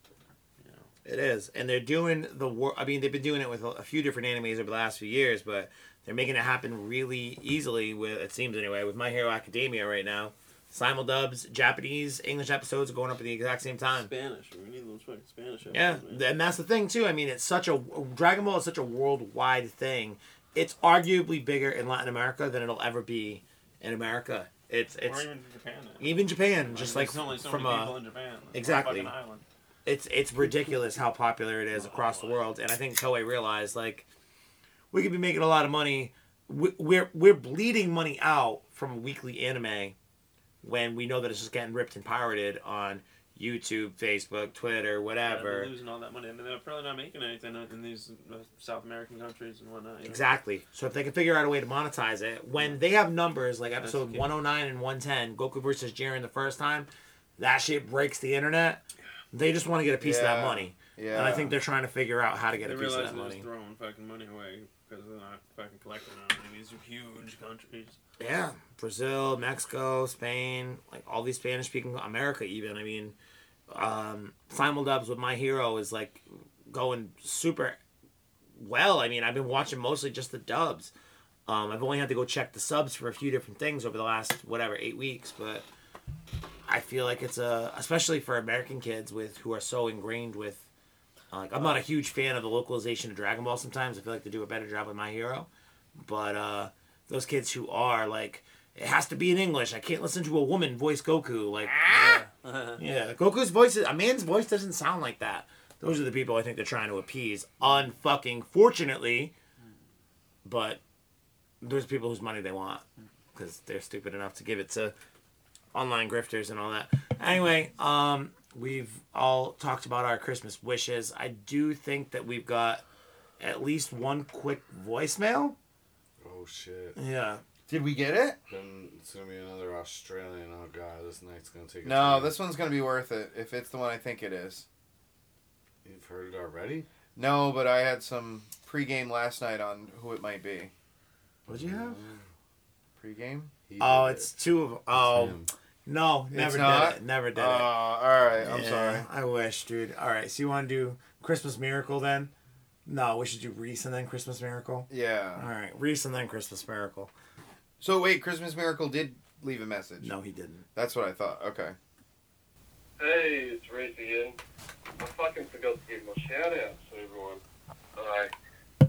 S2: You know,
S1: It is, and they're doing the war. I mean, they've been doing it with a- a few different animes over the last few years, but they're making it happen really easily. With it seems anyway, with My Hero Academia right now, simuldubs, Japanese English episodes are going up at the exact same time.
S2: Spanish. We need those fucking Spanish.
S1: Yeah,
S2: episodes, man.
S1: th- and that's the thing too. I mean, it's such a Dragon Ball is such a worldwide thing. It's arguably bigger in Latin America than it'll ever be in America. It's
S2: or
S1: it's
S2: even Japan. now.
S1: even Japan,
S2: I
S1: just
S2: mean,
S1: like
S2: there's only so
S1: from
S2: many people
S1: a
S2: in Japan. It's a
S1: exactly.
S2: fucking island.
S1: it's it's ridiculous how popular it is across the world. And I think Toei realized like we could be making a lot of money. We- We're we're bleeding money out from a weekly anime when we know that it's just getting ripped and pirated on YouTube, Facebook, Twitter,
S2: Yeah,
S1: whatever.
S2: they're losing all that money, and they're probably not making anything in these uh, South American countries and whatnot. you know?
S1: Exactly. So if they can figure out a way to monetize it, when they have numbers like episode
S2: okay.
S1: 109 and 110, Goku versus Jiren the first time, that shit breaks the internet. They just want to get a piece of
S3: Yeah.
S1: that money.
S3: Yeah.
S1: And I think they're trying to figure out how to get
S2: They
S1: a piece of
S2: realize
S1: that
S2: they're just
S1: money.
S2: throwing fucking money away because they're not fucking collecting on them. These are huge countries.
S1: Yeah, Brazil, Mexico, Spain, like all these Spanish speaking America even. I mean, um simuldubs with My Hero is like going super well. I mean, I've been watching mostly just the dubs. Um I've only had to go check the subs for a few different things over the last whatever 8 weeks, but I feel like it's a especially for American kids with who are so ingrained with uh, like I'm not a huge fan of the localization of Dragon Ball sometimes. I feel like they do a better job with My Hero. But uh those kids who are like it has to be in English. I can't listen to a woman voice Goku. Like Yeah. Goku's voice is, a man's voice doesn't sound like that. Those are the people I think they're trying to appease. Unfucking fortunately. But there's people whose money they want because they're stupid enough to give it to online grifters and all that. Anyway, um, we've all talked about our Christmas wishes. I do think that we've got at least one quick voicemail.
S5: Oh shit.
S1: Yeah.
S3: Did we get it?
S5: Then it's gonna be another Australian. Oh god, this night's gonna take. a
S3: No,
S5: turn.
S3: this one's gonna be worth it if it's the one I think it is.
S5: You've heard it already.
S3: No, but I had some pregame last night on who it might be.
S1: What'd you have?
S3: Pregame?
S5: He
S1: Oh,
S5: did
S1: it's
S5: it.
S1: two of. Oh,
S5: him.
S1: no,
S3: It's
S1: never
S3: not?
S1: did it. Never did
S3: Oh,
S1: it.
S3: all right. I'm
S1: Yeah,
S3: sorry.
S1: I wish, dude. All right, so you want to do Christmas Miracle then? No, we should do Reese and then Christmas Miracle. All
S3: Yeah.
S1: right, Reese and then Christmas Miracle.
S3: So wait, Christmas Miracle did leave a message.
S1: No, he
S3: *laughs*
S1: didn't.
S3: That's what I thought. Okay.
S9: Hey, it's Reese again. I fucking forgot to give my shout out to everyone. Alright,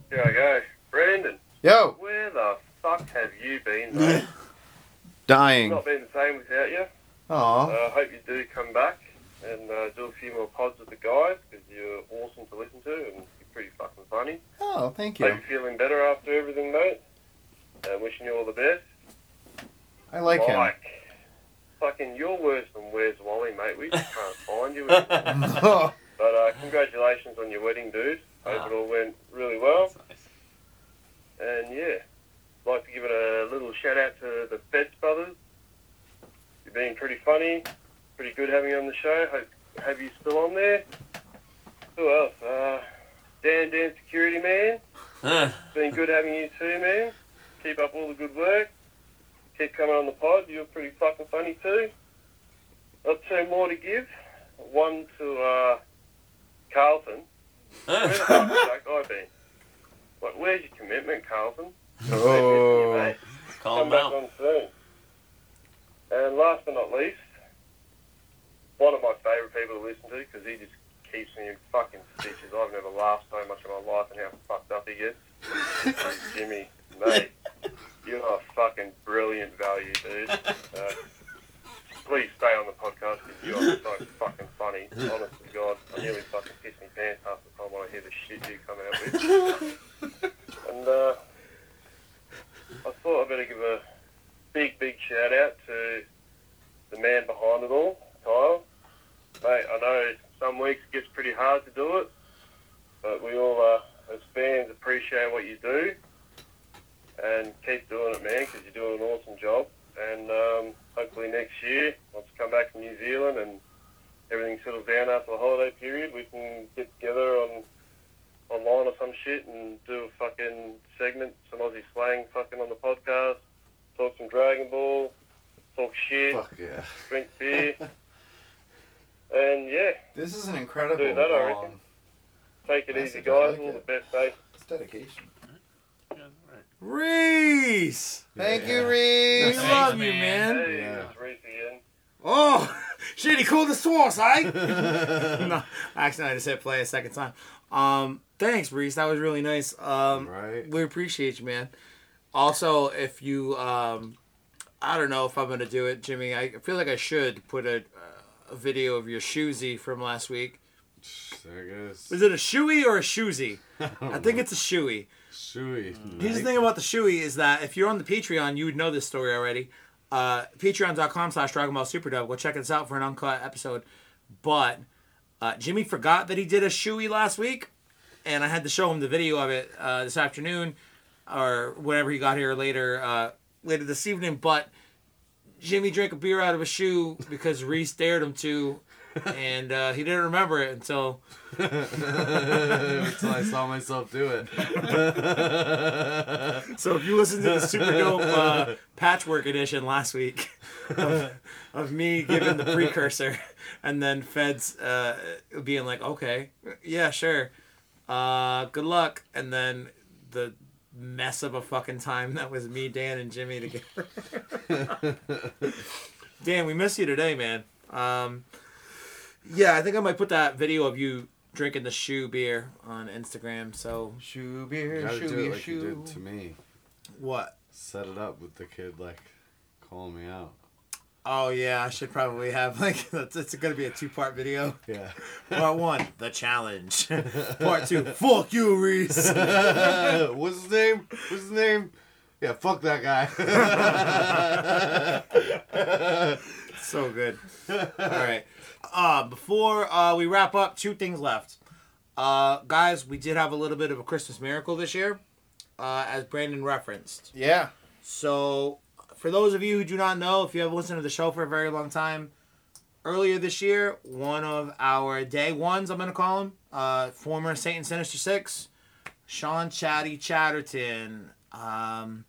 S9: here I go. Brandon,
S3: Yo,
S9: where the fuck have you been, mate?
S3: dying.
S5: Oh.
S9: Not been the same without you. I
S3: Aw.
S9: uh, hope you do come back and uh, do a few more pods with the guys because you're awesome to listen to and you're pretty fucking funny.
S3: Oh, thank
S9: Hope
S3: you.
S9: you're feeling better after everything, mate. Uh, wishing you all the best.
S3: I like him.
S9: Mike, fucking, you're worse than Where's Wally, mate. We just can't find you. anymore.
S3: *laughs* Oh,
S9: But uh, congratulations on your wedding, dude. Hope it all went really well. And yeah, like to give it a little shout out to the Feds brothers. You've been pretty funny, pretty good having you on the show. Hope have you still on there. Who else? Uh, Dan Dan Security Man. Been good having you too, man. Keep up all the good work. Keep coming on the pod. You're pretty fucking funny too. Got two more to give. One to uh, Carlton. Where the fuck have I been? Like, where's your commitment, Carlton?
S3: Oh.
S9: Mate,
S2: Call
S9: Come
S2: them
S9: back
S2: out.
S9: on soon. And last but not least, one of my favourite people to listen to because he just keeps me in fucking stitches. I've never laughed so much in my life and how fucked up he gets. And Jimmy, mate, you are fucking brilliant value, dude. Uh, please stay on the podcast because you are so fucking funny. Honest to God, I nearly fucking piss my pants half the time when I hear the shit you come out with. And uh, I thought I'd better give a big, big shout out to the man behind it all, Kyle. Mate, I know some weeks it gets pretty hard to do it, but we all, uh, as fans, appreciate what you do. And keep doing it, man, because you're doing an awesome job. And um, hopefully next year, once I come back from New Zealand and everything settles down after the holiday period, we can get together on online or some shit and do a fucking segment, some Aussie slang fucking on the podcast, talk some Dragon Ball, talk shit,
S5: Fuck yeah.
S9: drink *laughs* beer. and yeah,
S3: This is an incredible.
S9: Dude, that I
S3: long-
S9: reckon. take it
S3: That's
S9: easy,
S3: a good
S9: guys.
S3: idea.
S9: All the best, mate.
S3: It's dedication.
S2: Yeah, right.
S1: Reese,
S3: Thank
S5: Yeah.
S3: you, Reese.
S1: we
S8: Thanks,
S1: love you,
S8: man.
S1: man.
S9: Hey,
S5: Yeah.
S3: *laughs*
S9: it's Reese again.
S1: Oh, *laughs* shit, he cooled the source, right? *laughs*
S5: *laughs*
S1: no, actually, I just hit play a second time. Um, thanks, Reese. That was really nice. Um,
S5: Right.
S1: we appreciate you, man. Also, if you, um, I don't know if I'm gonna do it, Jimmy. I feel like I should put a, a video of your shoesy from last week.
S5: *laughs* There it is.
S1: Is it a shoey or a shoesy? I think it's a shoey.
S5: Shui. *laughs*
S1: Here's the thing about the shoey is that if you're on the Patreon, you would know this story already. Uh, Patreon.com slash Dragon Ball Superdub. Go check this out for an uncut episode. But uh, Jimmy forgot that he did a shoey last week, and I had to show him the video of it uh, this afternoon or whenever he got here later uh, later this evening. But Jimmy drank a beer out of a shoe because Reese dared him to, and uh, he didn't remember it until
S5: Until I saw myself do *laughs* it.
S1: So if you listen to the Super Dope uh, Patchwork Edition last week of, of me giving the precursor and then Feds uh, being like, okay, yeah, sure, uh, good luck, and then the mess of a fucking time that was me, Dan, and Jimmy together. *laughs* Dan, we miss you today, man. Um, yeah, I think I might put that video of you drinking the shoe beer on Instagram. So
S3: Shoe
S5: You
S3: beer,
S5: gotta
S3: shoe
S5: do it
S3: beer,
S5: like you
S3: shoe.
S5: did to me.
S1: what?
S5: Set it up with the kid like calling me out.
S1: Oh yeah, I should probably have like *laughs* that's it's gonna be a two part video.
S5: Yeah. *laughs*
S1: Part one, the challenge. *laughs* part two, fuck you, *laughs* Reese.
S5: What's his name? What's his name? Yeah, fuck that *laughs* guy.
S1: so good. All right. Uh, before uh, we wrap up, two things left. Uh, guys, we did have a little bit of a Christmas miracle this year, uh, as Brandon referenced.
S3: Yeah.
S1: So, for those of you who do not know, if you have listened to the show for a very long time, earlier this year, one of our day ones, I'm going to call him, uh, former Saint and Sinister Six, Sean Chatty Chatterton. Um,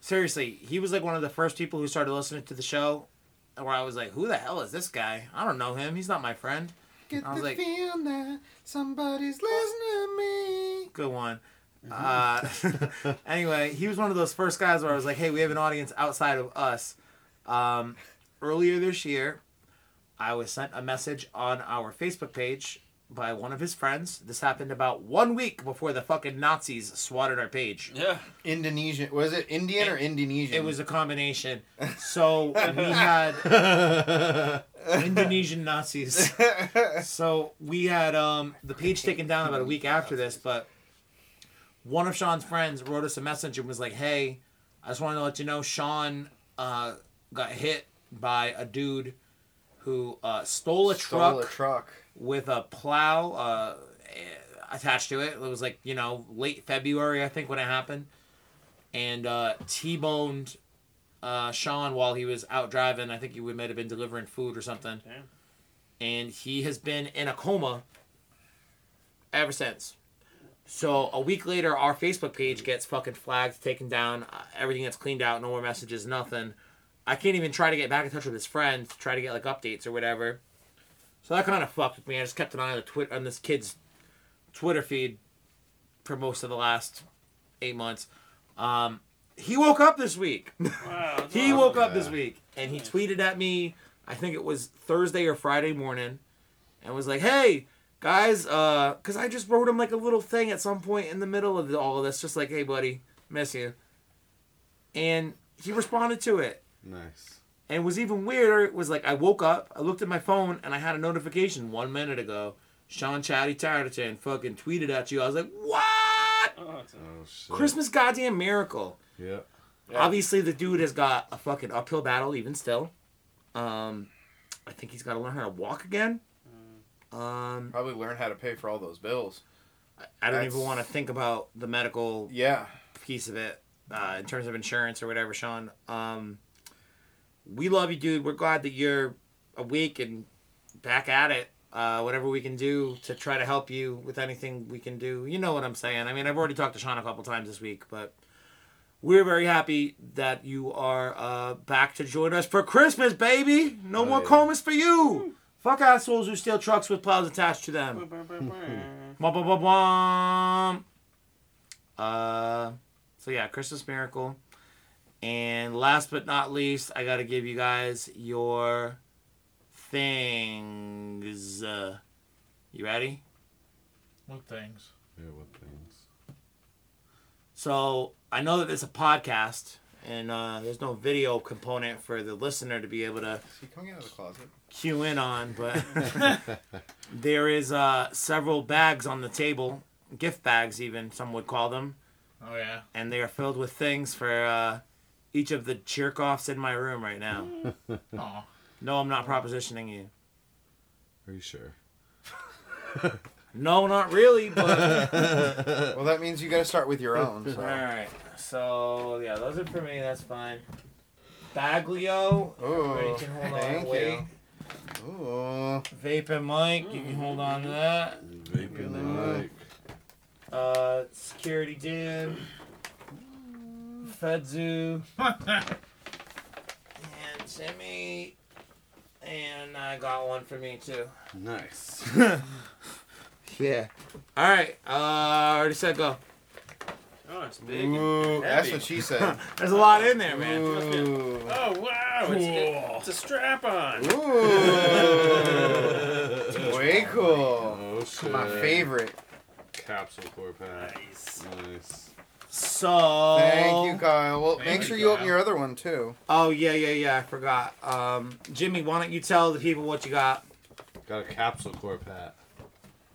S1: seriously, he was like one of the first people who started listening to the show where I was like, who the hell is this guy? I don't know him. He's not my friend.
S3: Get
S1: I was
S3: the
S1: like-
S3: feeling that somebody's listening to me.
S1: Good one. Uh, *laughs* anyway, he was one of those first guys where I was like, hey, we have an audience outside of us. Um, earlier this year, I was sent a message on our Facebook page by one of his friends. This happened about one week before the fucking Nazis swatted our page.
S2: Yeah.
S3: Indonesian. Was it Indian or Indonesian?
S1: It was a combination. So we had
S3: *laughs*
S1: Indonesian Nazis. So we had um, the page taken down about a week after this, but one of Sean's friends wrote us a message and was like, "Hey, I just wanted to let you know Sean uh, got hit by a dude who uh, stole a
S3: Stole
S1: truck
S3: a truck.
S1: with a plow uh, attached to it. It was like you know late February, I think, when it happened, and uh, T-boned uh, Sean while he was out driving. I think he would might have been delivering food or something,
S2: Damn.
S1: and he has been in a coma ever since. So a week later, our Facebook page gets fucking flagged, taken down. uh, Everything gets cleaned out. No more messages. Nothing. I can't even try to get back in touch with his friend to try to get like updates or whatever. So that kind of fucked with me. I just kept an eye on the twit on this kid's Twitter feed for most of the last eight months. Um, he woke up this week. *laughs*
S2: Wow. that's
S1: he
S2: awesome.
S1: woke up this
S5: Yeah.
S1: week and he tweeted at me. I think it was Thursday or Friday morning, and was like, "Hey guys, uh, cause I just wrote him like a little thing at some point in the middle of all of this, just like, hey buddy, miss you." And he responded to it.
S5: *laughs* nice.
S1: And what's even weirder was like I woke up, I looked at my phone, and I had a notification one minute ago. Sean Chatty Tarleton fucking tweeted at you. I was like, what?
S2: Oh, it's a-
S5: Oh shit.
S1: Christmas goddamn miracle.
S5: Yeah.
S1: Obviously, the dude has got a fucking uphill battle even still. Um, I think he's got to learn how to walk again. Um,
S3: Probably learn how to pay for all those bills.
S1: I don't
S3: That's-
S1: even want to think about the medical
S3: Yeah.
S1: piece of it uh, in terms of insurance or whatever, Sean. Um, we love you, dude. We're glad that you're awake and back at it. Uh, whatever we can do to try to help you with anything we can do. You know what I'm saying. I mean, I've already talked to Sean a couple times this week, but we're very happy that you are uh, back to join us for Christmas, baby. No
S5: Oh,
S1: more
S5: yeah.
S1: comas for you. Fuck assholes who steal trucks with plows attached to them. Bum, bum, bum, bum. Uh, so yeah, Christmas miracle. And last but not least, I gotta give you guys your things. Uh, you ready?
S8: What things?
S5: Yeah, what things?
S1: So I know that it's a podcast, and uh, there's no video component for the listener to be able to
S3: See, coming out of the
S5: *laughs*
S3: closet.
S1: cue in on, but there is uh, several bags on the table, gift bags even some would call them.
S8: Oh yeah.
S1: and they are filled with things for uh, each of the jerk offs in my room right now.
S9: Hmm.
S8: Oh.
S1: No, I'm not propositioning you.
S5: Are you sure?
S1: No, not really, but.
S3: *laughs* Well, that means you got to start with your own.
S5: *laughs*
S3: So.
S1: Alright, so yeah, those are for me, that's fine. Baglio.
S3: Oh,
S1: Everybody can hold on,
S3: thank
S1: wait.
S3: you. Ooh.
S7: Vape and mic. You can hold on to that.
S5: Vaping the mic.
S7: Uh, security dude. Fedzu. and Sammy. And I got one for me too.
S5: Nice.
S1: Yeah. All right. Uh, already said go.
S2: Oh, it's big. and-
S3: Ooh, that's
S2: heavy.
S3: what she said.
S1: *laughs* There's a lot in there, man.
S3: Ooh.
S2: Oh wow! It's, it- it's a strap on.
S3: Ooh. Way cool.
S5: Oh shit.
S3: My favorite.
S5: Capsule core pack.
S2: Nice.
S5: Nice.
S1: So.
S3: Thank you, Kyle. Well,
S2: Thank
S3: make
S2: you,
S3: sure you open
S2: Kyle.
S3: your other one too.
S1: Oh yeah, yeah, yeah. I forgot. Um, Jimmy, why don't you tell the people what you got?
S5: Got a capsule core pack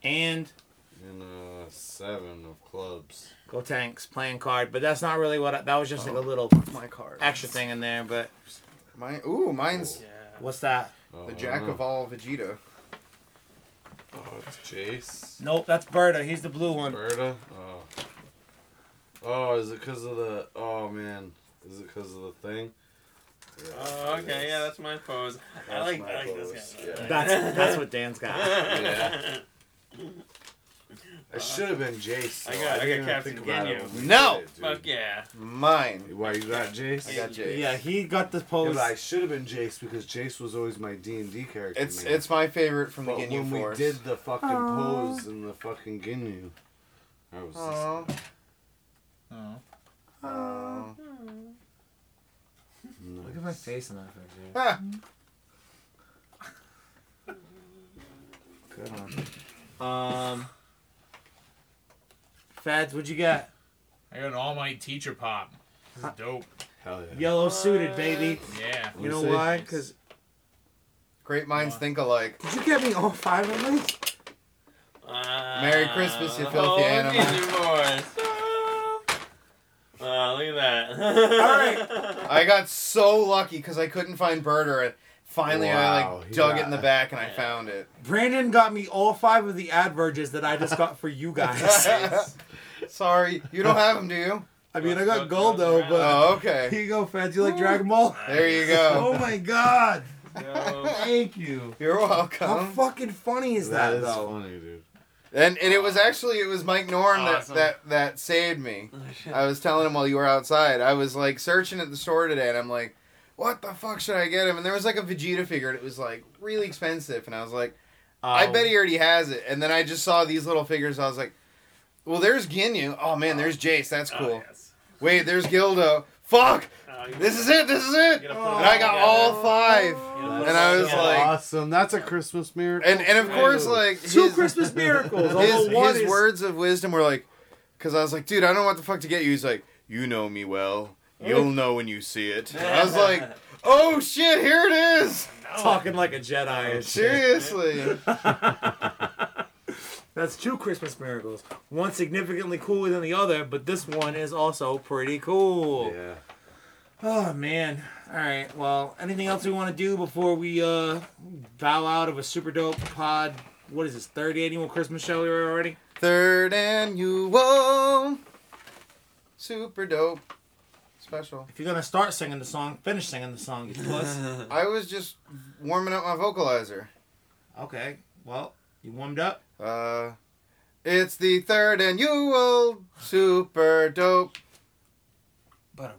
S1: And
S5: and uh seven of clubs.
S1: go tanks playing card, but that's not really what I, that was. Just like a little
S3: My card.
S1: extra thing in there. But
S3: Mine. Ooh, mine's
S2: Yeah.
S1: what's that?
S5: Oh,
S2: Uh-huh.
S3: the
S5: I
S3: Jack
S5: don't
S3: of
S5: know.
S3: all Vegeta.
S5: Oh, it's Jace.
S1: Nope, that's Berta. He's the blue one.
S5: Berta. Oh. Oh, is it because of the? Oh man, is it because of the thing? Yeah,
S2: Oh,
S5: it
S2: okay.
S5: is.
S2: Yeah, that's my pose. I
S5: That's
S2: like,
S5: my
S2: I like this
S5: pose,
S2: *laughs* guy.
S5: yeah.
S1: That's that's what Dan's
S5: *laughs*
S1: got.
S5: Yeah. I should have been Jace.
S2: I
S5: though.
S2: got- I got
S5: didn't even
S2: Captain
S5: think about it
S2: Ganyu.
S5: when we
S3: No!
S5: did it, dude.
S2: Fuck yeah.
S3: Mine.
S5: Why you got Jace?
S3: I got Jace.
S1: Yeah, he got the
S5: Yeah,
S1: pose.
S5: but I should have been Jace because Jace was always my D and D character.
S3: It's
S5: man.
S3: it's my favorite from the
S5: But
S3: Ginyu
S5: when
S3: Force.
S5: we did the fucking pose and the fucking Ginyu, I was
S3: Aw.
S8: Oh.
S3: Aw.
S5: just no.
S1: Look at my face in that picture.
S3: Ah,
S5: good on.
S1: Um, Fads, what'd you get?
S8: I got an All Might Teacher Pop. This is dope.
S5: Hell yeah.
S1: Yellow suited, baby.
S8: Yeah.
S1: You know
S5: Let me see.
S1: why? Because
S3: great minds think alike.
S1: did you get me all five of them?
S2: Uh,
S3: Merry Christmas, you
S2: the
S3: filthy
S2: whole
S3: animal.
S2: Disney boys. *laughs* Ah, look at that. *laughs*
S3: I got so lucky because I couldn't find Birder, and finally I
S5: Wow,
S3: like
S5: he
S3: dug it
S5: got-
S3: in the back and I found it.
S1: Brandon got me all five of the adverges that I just got for you guys.
S5: *laughs*
S3: Sorry, you don't have them, do you?
S1: I mean, I got Goldo, but
S3: Oh, okay.
S1: here you go, Fads.
S5: Oh.
S1: You like Dragon Ball?
S3: There you
S1: Oh
S5: *laughs*
S3: go.
S1: my
S3: *laughs*
S1: God!
S2: Yo,
S1: Thank you.
S3: You're
S1: How
S3: welcome.
S1: fucking funny is that,
S5: that is
S1: though?
S5: funny, dude.
S3: And, and it was actually it was Mike Norm
S2: Awesome.
S3: that, that that saved me. I was telling him while you were outside. I was like searching at the store today, and I'm like, "What the fuck should I get him?" And there was like a Vegeta figure, and it was like really expensive. And I was like, "I
S5: Oh.
S3: bet he already has it." And then I just saw these little figures. And I was like, "Well, there's Ginyu. Oh man, there's Jace. That's cool.
S2: Oh, yes.
S3: Wait, there's Gildo. Fuck,
S2: Oh, you-
S3: this is it. This is it."
S2: you
S3: And
S2: gotta put them
S3: I got
S2: together.
S3: all five.
S2: You gotta put
S3: and
S2: them
S3: I
S2: all
S3: was
S2: together.
S3: like-
S5: awesome. That's a Christmas miracle.
S3: And and of course, like
S1: Two
S3: his-
S1: Christmas
S3: *laughs*
S1: miracles.
S3: his,
S1: Although one
S3: his
S1: is
S3: words of wisdom were like, because I was like, dude, I don't know what the fuck to get you. He's like, you know me well. You'll know when you see it. And I was like, oh shit, here it is.
S1: talking like a Jedi. and shit.
S3: Seriously.
S1: That's two Christmas miracles. One significantly cooler than the other, but this one is also pretty cool.
S5: yeah.
S1: Oh man. All right. Well, anything else we want to do before we uh bow out of a super dope pod? What is this? Third annual Christmas show we were already?
S3: Third annual. Super dope. Special.
S1: If you're gonna start singing the song, finish singing the song, you
S2: *laughs*
S1: puss.
S3: I was just warming up my vocalizer.
S1: okay. Well, you warmed up.
S3: Uh, it's the third annual super dope
S1: But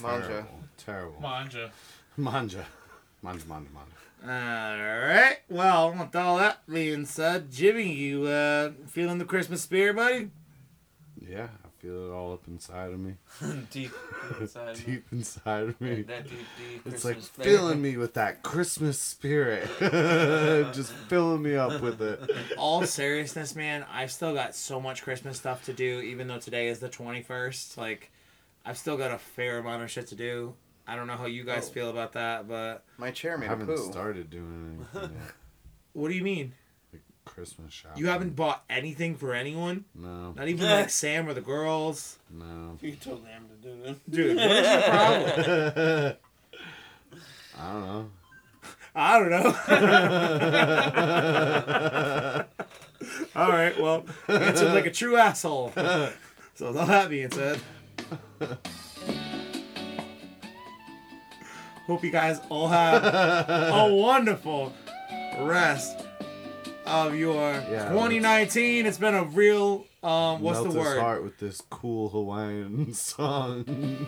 S3: manja.
S5: Terrible. Terrible.
S8: Manja.
S5: Manja. *laughs* Manja, manja, manja.
S1: all right. Well, with all that being said, Jimmy, you uh feeling the Christmas spirit, buddy?
S5: Yeah, I feel it all up inside of me.
S1: *laughs*
S2: *laughs* deep inside. me.
S5: Deep inside of me.
S2: That deep, deep. Christmas
S5: It's like
S2: flavor.
S5: filling me with that Christmas spirit. *laughs* Just filling me up
S1: *laughs*
S5: with it.
S1: all seriousness, man, I've still got so much Christmas stuff to do, even though today is the 21st. Like, I've still got a fair amount of shit to do. I don't know how you guys feel about that, but
S3: My chair
S5: I
S3: made a
S5: haven't
S3: poo.
S5: started doing anything
S1: *laughs*
S5: yet.
S1: what do you mean?
S5: Like Christmas shopping.
S1: You haven't bought anything for anyone?
S5: No,
S1: Not even like Sam or the girls?
S5: no.
S2: *laughs* You told him to do it.
S1: Dude, what is your problem?
S5: I don't know.
S1: I don't know. *laughs* all right, well, you answered like a true asshole. So, with all that being said. Hope you guys all have a wonderful rest of your
S5: Yeah,
S1: 2019. It's been a real um, *laughs* what's
S5: Melt
S1: the
S5: his
S1: word?
S5: heart with this cool Hawaiian *laughs* song.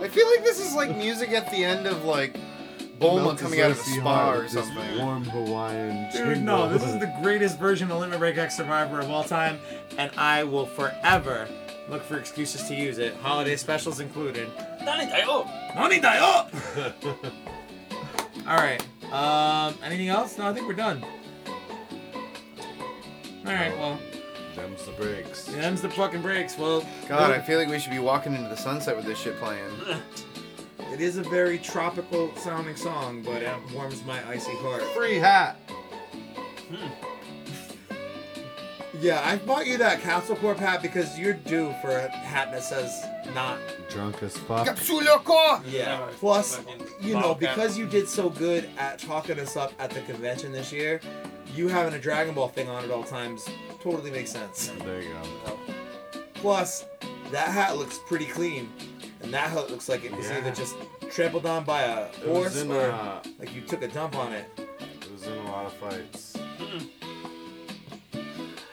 S3: I feel like this is like music at the end of like Bulma
S5: Melt
S3: coming
S5: his
S3: out of a
S5: icy
S3: spa
S5: heart
S3: or
S5: with this
S3: something.
S5: Warm Hawaiian.
S1: Dude, no, this is the greatest version of Limit Break X Survivor of all time, and I will forever look for excuses to use it, holiday specials included. Nani da *laughs* yo! all right. Um, anything else? No, I think we're done. All right. Well,
S5: Jumps the brakes.
S1: it ends the fucking breaks. Well,
S3: God, I feel like we should be walking into the sunset with this shit playing.
S1: It is a very tropical sounding song, but it warms my icy heart.
S5: Free hat.
S1: Yeah, I bought you that Castle Corp hat because you're due for a hat that says not.
S5: Drunk as fuck.
S2: Yeah.
S1: Plus,
S2: Fucking
S1: you know,
S2: bottle cap.
S1: because you did so good at talking us up at the convention this year, you having a Dragon Ball thing on at all times totally makes sense.
S5: There you go.
S1: Plus, that hat looks pretty clean, and that hat looks like it was
S5: Yeah.
S1: either just trampled on by a
S5: It was,
S1: horse
S5: in,
S1: or
S5: uh,
S1: like you took a dump on *laughs* it.
S5: it was in a lot of fights.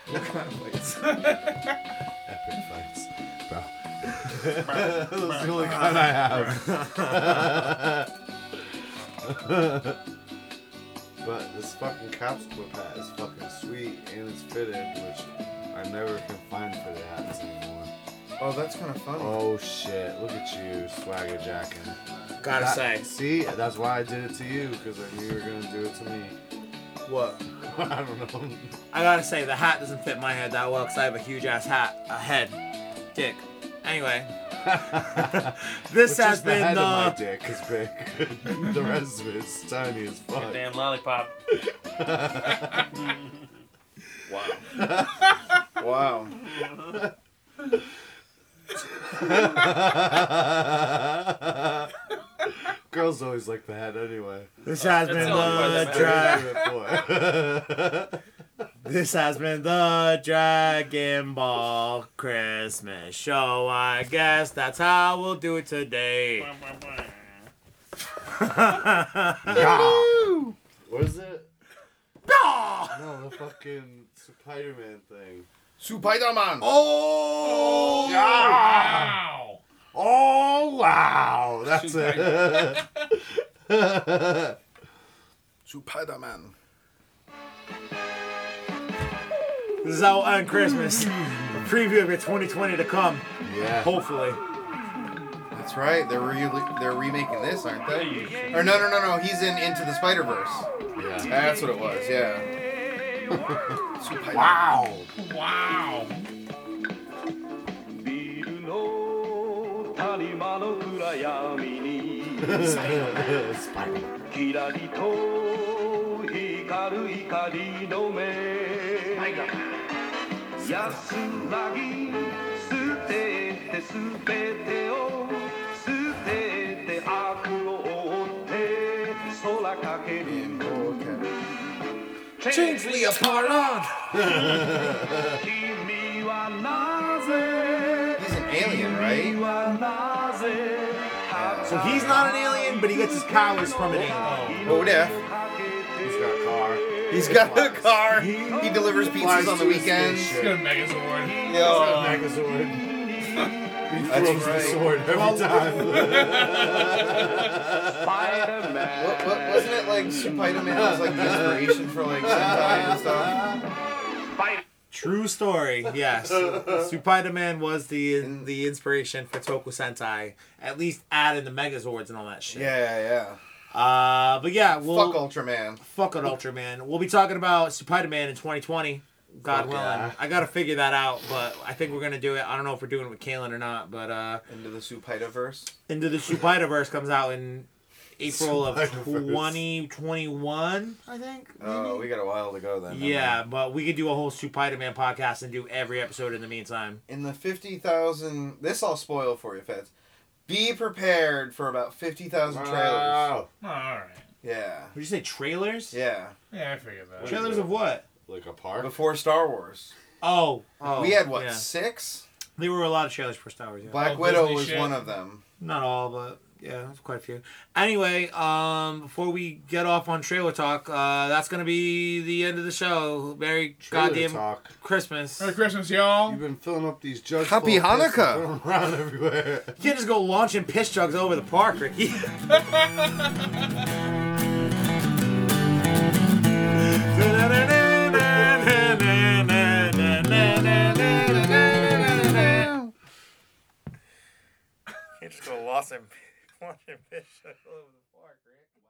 S1: What kind of place?
S5: Epic fights. Bro. *laughs* That's the only kind I have. *laughs* but this fucking cop's clip hat is fucking sweet and it's fitted, which I never can find fitted hats anymore.
S3: Oh, that's kind of funny.
S5: Oh shit, look at you, swagger jacking.
S1: Gotta
S5: That-
S1: say.
S5: See, that's why I did it to you, because I knew you were gonna do it to me.
S1: What?
S5: *laughs* I don't know.
S1: I gotta say, the hat doesn't fit my head that well because I have a huge ass hat, a head, dick. Anyway, this has
S5: It's just the
S1: been uh,
S5: head of my
S1: the.
S5: dick is big. *laughs* the rest of it's tiny as fuck.
S2: Damn lollipop.
S3: *laughs* Wow.
S5: *laughs* Girls always like the head anyway.
S1: This has
S2: That's
S1: been
S2: all part
S1: the
S2: that
S1: drag.
S5: Boy.
S1: *laughs* This has been the Dragon Ball Christmas show. I guess that's how we'll do it today.
S5: yeah. What is it?
S1: Ah!
S5: No, the fucking Spider-Man thing.
S3: Spider-Man.
S5: Oh! Yeah.
S10: Wow.
S5: Oh wow! That's it.
S3: Spider-Man.
S1: This is how we'll end Christmas. A preview of your 2020 to come,
S5: yeah.
S1: hopefully.
S3: That's right. They're really they're remaking this, aren't they? Or no, no, no, no. He's in Into the Spider Verse.
S5: Yeah.
S3: That's what it was. Yeah.
S5: Wow.
S10: Wow.
S9: ビルの谷間の暗闇に
S5: Spider-Man.
S9: キラリと光る光の目安らぎ捨ててすべてを捨てて悪を追って空かける
S1: Change Leopardon!
S9: 君はなぜ
S3: He's an alien,
S9: 君
S3: right?
S9: はなぜ
S1: So he's not an alien, but he gets his powers from an alien.
S3: Oh yeah.
S5: Oh, He's got a car.
S3: He's got a car. He delivers
S5: Flies
S3: pizzas on
S5: to
S3: the
S5: a
S3: weekends.
S5: spaceship.
S10: Good Megazord.
S3: Yeah.
S1: *laughs*
S5: Megazord. He
S3: That's
S5: throws
S3: right.
S5: the sword every time.
S3: What, what, wasn't it like Spider-Man was like the inspiration for like Sentai and stuff?
S1: True story, yes. Spider Man was the the inspiration for Toku Sentai, at least adding the Megazords and all that shit.
S3: Yeah, yeah.
S1: Uh, but yeah, we'll
S3: Fuck Ultraman.
S1: fuck it, Ultraman. We'll be talking about Spider Man in 2020. God
S5: Fuck
S1: willing,
S5: yeah.
S1: I gotta figure that out, but I think we're gonna do it. I don't know if we're doing it with Kalen or not, but uh,
S3: Into the Spider-Verse.
S1: Into the Spider Verse comes out in April of
S5: Spider-Verse.
S1: 2021, I think.
S3: Oh, we got a while to go then.
S1: Yeah, but we could do a whole Spider Man podcast and do every episode in the meantime.
S3: in the 50,000 this I'll spoil for you feds. Be prepared for about 50,000
S1: Ah.
S3: trailers.
S5: Wow.
S10: All right.
S3: Yeah.
S1: Would you say trailers?
S3: Yeah.
S10: Yeah, I figured that.
S5: Sure.
S1: Trailers of what?
S5: Like a park.
S3: Before Star Wars.
S1: Oh, oh,
S3: we had what?
S1: Yeah.
S3: 6?
S1: There were a lot of trailers for Star Wars. Yeah.
S3: Black
S10: All
S3: Widow
S10: Disney
S3: was
S10: shit.
S3: one of them.
S1: Not all, but Yeah, I have quite a few. Anyway, um, before we get off on trailer talk, uh, that's gonna be the end of the show. Merry
S5: Trailer
S1: goddamn
S5: talk.
S1: Christmas.
S8: Merry Christmas, y'all.
S5: You've been filling up these jugs.
S3: Happy
S5: full of piss
S3: Hanukkah.
S5: and throwing 'em Around everywhere.
S1: You can't just go launching piss jugs all over the park, Ricky. *laughs*
S7: Can't just go lost and launch and fish all over the park, right?